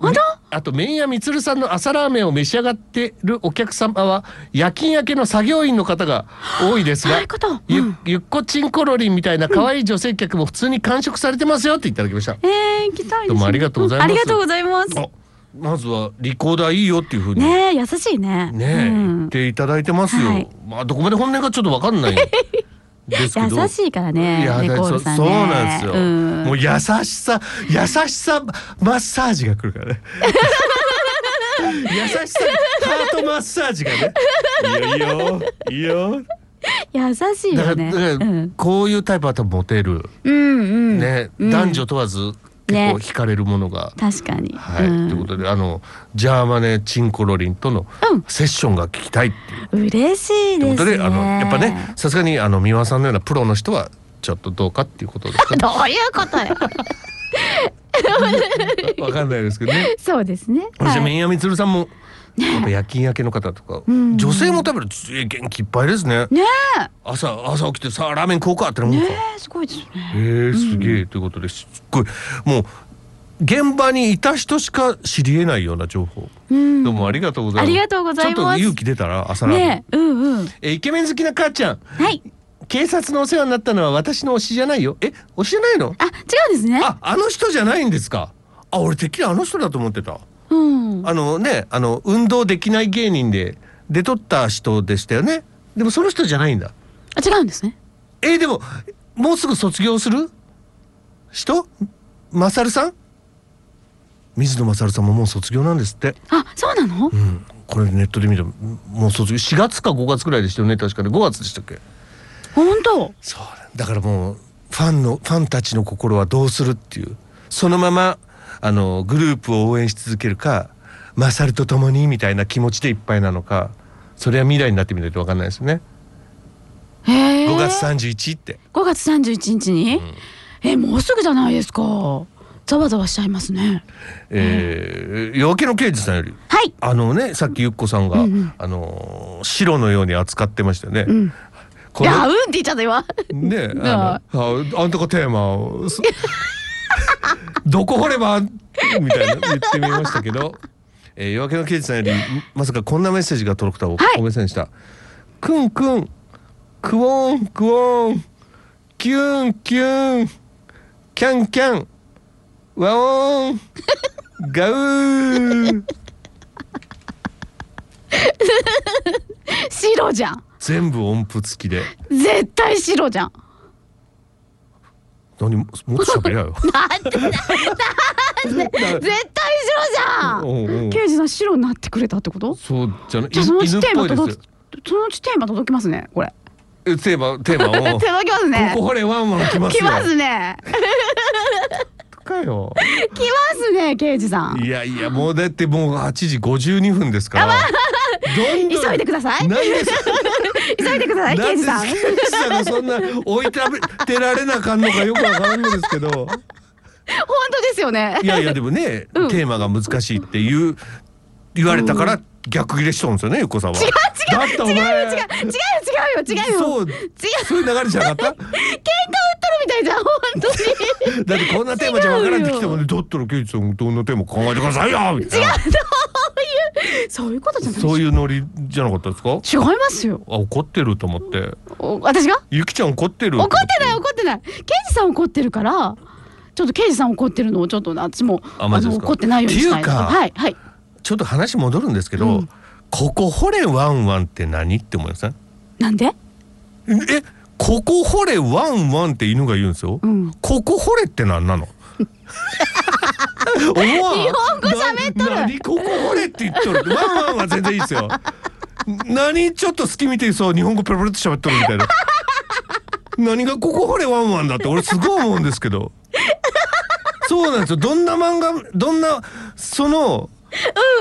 Speaker 2: 本当
Speaker 1: ねあと麺屋みつるさんの朝ラーメンを召し上がってるお客様は夜勤明けの作業員の方が多いです
Speaker 2: そう
Speaker 1: が
Speaker 2: いうこと、うん
Speaker 1: ゆゆっこちんころりんみたいな可愛い女性客も普通に完食されてますよっていただきました。
Speaker 2: えー、行きたいです、ね、
Speaker 1: どうもありがとうございます
Speaker 2: んありがとうございます
Speaker 1: あまずはリコーダーいいよっていうふうにね
Speaker 2: ねえ優しいね
Speaker 1: え、
Speaker 2: うん
Speaker 1: 言っていただいてますよ。
Speaker 2: はい
Speaker 1: まあどこまで本音かちょっとわかんないですけど。
Speaker 2: 優しいからね
Speaker 1: いや
Speaker 2: レ
Speaker 1: だ
Speaker 2: コー
Speaker 1: そ
Speaker 2: ル
Speaker 1: う
Speaker 2: さん
Speaker 1: そ
Speaker 2: ね
Speaker 1: うなんですよ、
Speaker 2: うん
Speaker 1: もう優しさ優しさマッサージが来るから ね優しさハートマッサージがねいいよいいよいいよ
Speaker 2: 優しい
Speaker 1: だから,、
Speaker 2: よ
Speaker 1: だ
Speaker 2: ね
Speaker 1: から
Speaker 2: うん
Speaker 1: こういうタイプは多分モテる、
Speaker 2: うんうん
Speaker 1: ね、
Speaker 2: うん
Speaker 1: 男女問わず結
Speaker 2: ね
Speaker 1: 構惹かれるものが、
Speaker 2: 確かに
Speaker 1: はい、
Speaker 2: うん
Speaker 1: ということであのジャーマネチンコロリンとの
Speaker 2: うん
Speaker 1: セッションが聞きたいっていう
Speaker 2: 嬉しい
Speaker 1: ということ
Speaker 2: です
Speaker 1: で、
Speaker 2: ね
Speaker 1: あのやっぱねさすがにあの三輪さんのようなプロの人はちょっとどうかっていうことですかね
Speaker 2: どういうこ とよ
Speaker 1: わかんないですけどね
Speaker 2: そうですね
Speaker 1: そして
Speaker 2: はい
Speaker 1: 麺屋みつるさん も、やっぱ夜勤明けの方とか、
Speaker 2: ん
Speaker 1: 女性も食べるすげえ元気いっぱいですね
Speaker 2: ね
Speaker 1: 朝朝起きてさあラーメン食おうかってなもん
Speaker 2: え
Speaker 1: か、
Speaker 2: ねえすごいですね
Speaker 1: へえすげえということですっごいもう現場にいた人しか知りえないような情報、
Speaker 2: うん
Speaker 1: どうもありがとうございます
Speaker 2: ありがとうございます
Speaker 1: ちょっと勇気出たら朝ラーメン、
Speaker 2: ねえうんうん
Speaker 1: えーイケメン好きな母ちゃん
Speaker 2: はい
Speaker 1: 警察のお世話になったのは私の推しじゃないよえ推しじゃないの
Speaker 2: あ違うんですね
Speaker 1: ああの人じゃないんですかあ俺てっきりあの人だと思ってた
Speaker 2: うん
Speaker 1: あのね、あの運動できない芸人で出とった人でしたよね。でもその人じゃないんだ。
Speaker 2: あ違うんですね
Speaker 1: えーでももうすぐ卒業する人？マサルさん？水野マサルさんももう卒業なんですって。
Speaker 2: あそうなの
Speaker 1: うん。これネットで見たらもう卒業4月か5月くらいでしたよね確かに5月でしたっけ
Speaker 2: 本当
Speaker 1: そうだからもうファンのファンたちの心はどうするっていうそのままあのグループを応援し続けるかマサルと共にみたいな気持ちでいっぱいなのかそれは未来になってみないと分かんないですよね、
Speaker 2: へえ
Speaker 1: 5月31って
Speaker 2: 5月31日に、えもうすぐじゃないですかざわざわしちゃいますね
Speaker 1: えー夜明けの刑事さんより
Speaker 2: はい
Speaker 1: あのねさっきゆっこさんが、
Speaker 2: うんうん
Speaker 1: あのー白のように扱ってましたよね、
Speaker 2: うんい
Speaker 1: この
Speaker 2: やうんって言っちゃった今
Speaker 1: ねえ、
Speaker 2: な
Speaker 1: あの、あ、あんたがテーマを。 そどこ掘れば、みたいな、言ってみましたけど。えー、夜明けの刑事さんより、まさかこんなメッセージが届くとはお、
Speaker 2: はい
Speaker 1: おめせんでした。くんくん、くおん、くおん、きゅん、きゅん、キャンキャン、わおん、ガウ ー。
Speaker 2: 白じゃん
Speaker 1: 全部音符付きで。
Speaker 2: 絶対白じゃん
Speaker 1: 何も、もっと喋りゃよ。
Speaker 2: なんでなんで絶 対白じゃ
Speaker 1: おうおうん
Speaker 2: 刑事さん白になってくれたってこと
Speaker 1: そうじゃない。
Speaker 2: じゃあそのうち
Speaker 1: 犬っ
Speaker 2: テー
Speaker 1: ぽ
Speaker 2: マ
Speaker 1: いですよ
Speaker 2: 届き。そのうちテーマ届きますねこれ
Speaker 1: えテーマ、テー マを。
Speaker 2: 届きますね
Speaker 1: ここでワンワン来ます
Speaker 2: 来
Speaker 1: よ。
Speaker 2: ますね
Speaker 1: かよ。
Speaker 2: 来ますね刑事さん
Speaker 1: いやいやもうだってもう8時52分ですから。どんどん
Speaker 2: 急いでください
Speaker 1: なんで
Speaker 2: 急いでください
Speaker 1: な
Speaker 2: 刑
Speaker 1: ん
Speaker 2: 事
Speaker 1: で
Speaker 2: さん
Speaker 1: 刑事さんがそんな置いてられてられなあかんのかよくわからんのですけど。
Speaker 2: 本当ですよ ね
Speaker 1: いやいやでもね、
Speaker 2: うん
Speaker 1: テーマが難しいっていう言われたから逆切れしとんですよねゆっこさんは。違う違う違う
Speaker 2: 違う違う違うよ違うよ違うよ違うよ喧嘩売っとる
Speaker 1: そうそういう流れじゃなかった。
Speaker 2: みたいじゃん本当に
Speaker 1: だってこんなテーマじゃわからんってきてもね、だったら刑事さんどんなテーマ考えてくださいよみ たいな。
Speaker 2: そういうことじゃない
Speaker 1: そういうノリじゃなかったですか？
Speaker 2: 違いますよ
Speaker 1: あ怒ってると思って
Speaker 2: お私が
Speaker 1: ゆきちゃん怒ってる
Speaker 2: 怒ってない怒ってない刑事さん怒ってるからちょっと刑事さん怒ってるのをちょっと私も
Speaker 1: あマジ
Speaker 2: の
Speaker 1: ですか
Speaker 2: 怒ってないようにしたい
Speaker 1: っていうか
Speaker 2: はいはい
Speaker 1: ちょっと話戻るんですけど、
Speaker 2: うん
Speaker 1: ここ掘れワンワンって何って思いません
Speaker 2: なんで
Speaker 1: えここ掘れワンワンって犬が言うんですよ、
Speaker 2: うん
Speaker 1: ここ掘れって何なの思わ日
Speaker 2: 日本語喋っとる
Speaker 1: 何ここ掘れって言っとるワンワンは全然いいですよ何ちょっと隙見てそう日本語ペロペロって喋っとるみたいな何がここ掘れワンワンだって俺すごい思うんですけどそうなんですよどんな漫画どんなその、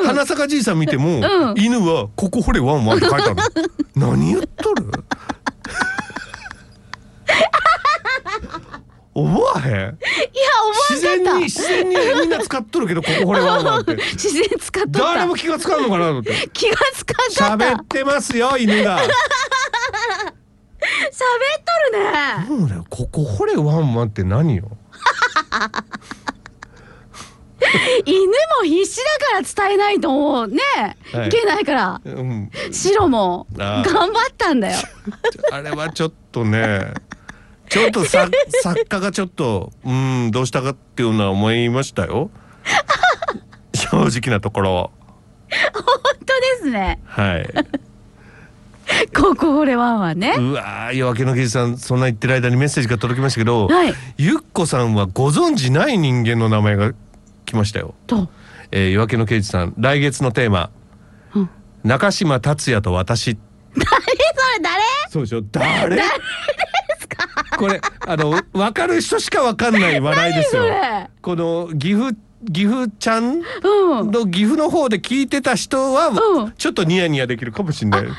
Speaker 1: 花坂じいさん見ても、
Speaker 2: うん
Speaker 1: 犬はここ掘れワンワンって書いてあるの何言っと る思わへん
Speaker 2: いや
Speaker 1: 自然に自然にみんな使っとるけどこここれは なんて
Speaker 2: 自然使っとった
Speaker 1: 誰も気がつかんのかなと思って
Speaker 2: 気がつかんかった
Speaker 1: 喋ってますよ犬が
Speaker 2: 喋っとるね
Speaker 1: もうねこここれワンマンって何よ
Speaker 2: 犬も必死だから伝えないとね、
Speaker 1: はい
Speaker 2: い、けないから
Speaker 1: うん
Speaker 2: 白も
Speaker 1: あ
Speaker 2: 頑
Speaker 1: ー
Speaker 2: 張ったん だよ
Speaker 1: あれはちょっとねちょっと さ作家がちょっとうんどうしたかっていうのは思いましたよ正直なところ
Speaker 2: 本当ですね
Speaker 1: はい
Speaker 2: こここれワンはね
Speaker 1: うわー夜明けの刑事さんそんな言ってる間にメッセージが届きましたけど、
Speaker 2: はい
Speaker 1: ゆっこさんはご存じない人間の名前が来ましたよ、
Speaker 2: と
Speaker 1: えー、夜明けの刑事さん来月のテーマ、
Speaker 2: うん
Speaker 1: 中島達也と私
Speaker 2: えそれ誰
Speaker 1: そうでしょ誰ですかこれあの分かる人しか分かんない笑いですよ
Speaker 2: 何
Speaker 1: この岐阜岐阜ちゃん
Speaker 2: うん
Speaker 1: の岐阜の方で聞いてた人は、
Speaker 2: うん
Speaker 1: ちょっとニヤニヤできるかもしれない
Speaker 2: そう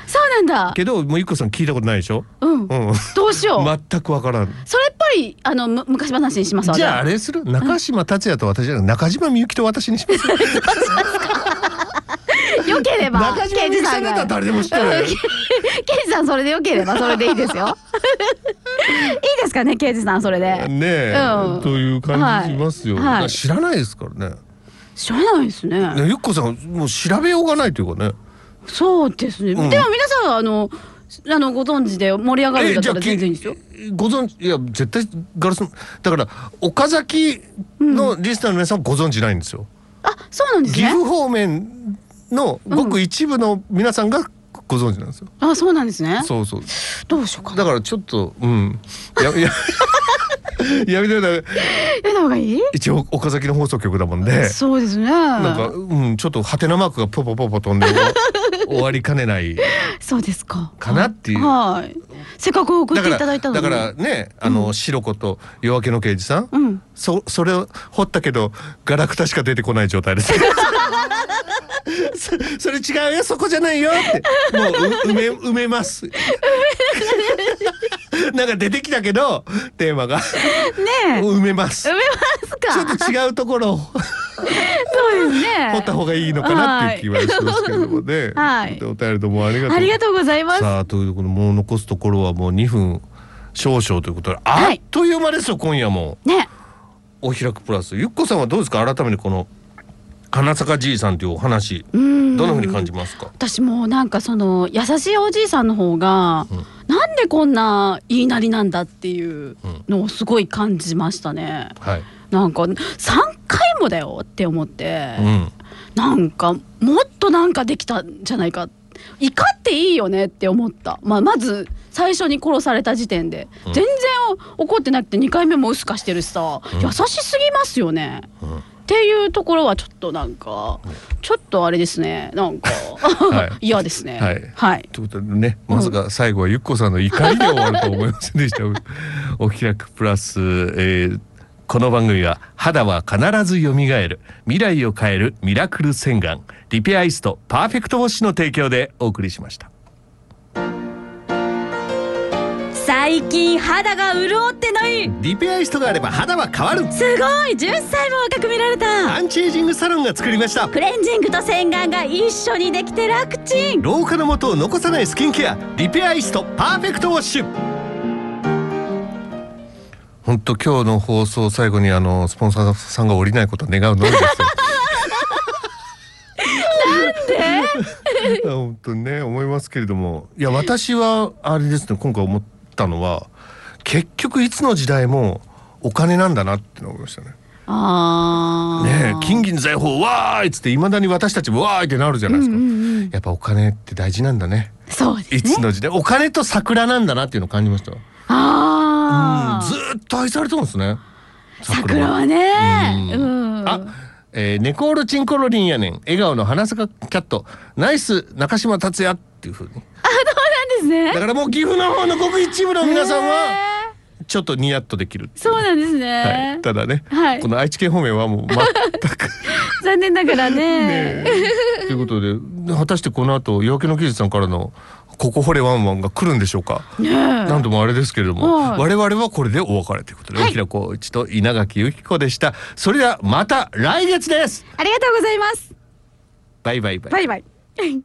Speaker 2: なんだ
Speaker 1: けどもうゆっこさん聞いたことないでしょ、
Speaker 2: うん
Speaker 1: うん、
Speaker 2: どうしよう、
Speaker 1: 全く分からん
Speaker 2: それっぽいあのむ昔話にしますわ
Speaker 1: じゃああ
Speaker 2: れ
Speaker 1: れする中島達也と私じゃなく中島みゆきと私にします
Speaker 2: よければ
Speaker 1: 中島みゆきさんだったら誰でも知ってる
Speaker 2: 刑事さんそれでよければそれでい いですよいいですかね刑事さんそれで
Speaker 1: ねえ、
Speaker 2: うん
Speaker 1: という感じしますよ、
Speaker 2: はいはい
Speaker 1: 知らないですからね
Speaker 2: 知らないですね
Speaker 1: ねゆっこさんもう調べようがないというかね
Speaker 2: そうですね、
Speaker 1: うん
Speaker 2: でも皆さんはあのあのご存知で盛り上がるんだったら全然いいんですよ
Speaker 1: きご存知いや絶対ガラスのだから岡崎のリスナーの皆さんはご存知ないんですよ、
Speaker 2: あそうなんです
Speaker 1: 岐
Speaker 2: ね
Speaker 1: 阜方面のごく一部の皆さんがご存知なんですよ、
Speaker 2: あそうなんですね
Speaker 1: そうそう
Speaker 2: どうしようかな
Speaker 1: だからちょっとうんやや やめてください
Speaker 2: やった方がいい
Speaker 1: 一応岡崎の放送局だもんで
Speaker 2: そうですね
Speaker 1: なんか、うん、ちょっとハテナマークがポポポポ飛 んで終わりかねない
Speaker 2: そうですか
Speaker 1: かなっていう。
Speaker 2: はいせっかく送ってい
Speaker 1: だ
Speaker 2: ただ
Speaker 1: か
Speaker 2: いた
Speaker 1: ら
Speaker 2: の
Speaker 1: だ
Speaker 2: に
Speaker 1: からねあの、白子と夜明けの刑事さん、
Speaker 2: うん
Speaker 1: そそれを掘ったけどガラクタしか出てこない状態です そそれ違うよそこじゃないよってもうう埋め埋めます なんか出てきたけどテーマが
Speaker 2: ねえ
Speaker 1: 埋めます
Speaker 2: 埋めます
Speaker 1: ちょ
Speaker 2: か
Speaker 1: っと違うところを
Speaker 2: そうですね
Speaker 1: 掘った方がいいのかなっていう気はしますけれどもね、
Speaker 2: はい
Speaker 1: お便りどうもありがとう
Speaker 2: ありがとうございます
Speaker 1: さあということでもう残すところはもう2分少々ということであ
Speaker 2: は
Speaker 1: っ
Speaker 2: い
Speaker 1: という間ですよ、今夜も
Speaker 2: ね
Speaker 1: お開くプラスゆっこさんはどうですか改めてこの花坂じいさんというお話
Speaker 2: う
Speaker 1: ど
Speaker 2: ん
Speaker 1: んな風に感じますか
Speaker 2: 私もうなんかその優しいおじいさんの方が、
Speaker 1: うん
Speaker 2: なんでこんな言いなりなんだっていう
Speaker 1: うん
Speaker 2: のをすごい感じましたね。
Speaker 1: はい、
Speaker 2: なんか3回もだよって思って、
Speaker 1: うん、
Speaker 2: なんかもっとなんかできたんじゃないか怒っていいよねって思った、まあ、まず最初に殺された時点で、
Speaker 1: うん
Speaker 2: 全然怒ってなくて2回目も薄化してるしさ、
Speaker 1: うん
Speaker 2: 優しすぎますよね。
Speaker 1: うん
Speaker 2: っていうところはちょっとなんか、ちょっとあれですねなんか
Speaker 1: い
Speaker 2: 嫌、ですね
Speaker 1: はい
Speaker 2: はい、
Speaker 1: ということでねまさか最後はゆっこさんの怒りで終わるとは思いませんで した。お開くプラス、えーこの番組は肌は必ず蘇る未来を変えるミラクル洗顔リペアイストパーフェクトウォッシュの提供でお送りしました。
Speaker 2: 最近肌が潤ってない
Speaker 1: リペアイストがあれば肌は変わる
Speaker 2: すごい10歳も若く見られた
Speaker 1: アンチエイジングサロンが作りました
Speaker 2: クレンジングと洗顔が一緒にできて楽ちん
Speaker 1: 老化の元を残さないスキンケアリペアイストパーフェクトウォッシュ本当今日の放送最後にあのスポンサーさんが降りないことを願うのみですよなんで 本当にね思いますけれどもいや私はあれですね今回思ったのは結局いつの時代もお金なんだなってのを思いましたね
Speaker 2: あ
Speaker 1: ねえ金銀財宝わーいっつっていまだに私たちもわーいってなるじゃないですか、やっぱお金って大事なんだね
Speaker 2: そうで
Speaker 1: い
Speaker 2: すね
Speaker 1: つの時代お金と桜なんだなっていうのを感じました、うん、ず
Speaker 2: ああ
Speaker 1: ーっと愛されてるんですね
Speaker 2: 桜はね
Speaker 1: う
Speaker 2: うんん
Speaker 1: あえー、ネコールチンコロリンやねん笑顔の花坂キャットナイス中島達也っていう風に
Speaker 2: ですね
Speaker 1: だからもう岐阜の方のごく一部の皆さんは
Speaker 2: へー
Speaker 1: ちょっとニヤッとできるっていう
Speaker 2: そうなんです
Speaker 1: はい、
Speaker 2: ね、
Speaker 1: ただね、
Speaker 2: はい
Speaker 1: この愛知県方面はもう全く
Speaker 2: 残念ながらね
Speaker 1: ねえということで果たしてこの後夜明けの技術さんからのここ掘れワンワンが来るんでしょうか。
Speaker 2: ねえ
Speaker 1: 何度もあれですけれども、
Speaker 2: はい
Speaker 1: 我々はこれでお別れということで、
Speaker 2: はい
Speaker 1: 沖野光一と稲垣由紀子でした。それではまた来月です。
Speaker 2: ありがとうございます
Speaker 1: バイバイバイ。
Speaker 2: バイバイ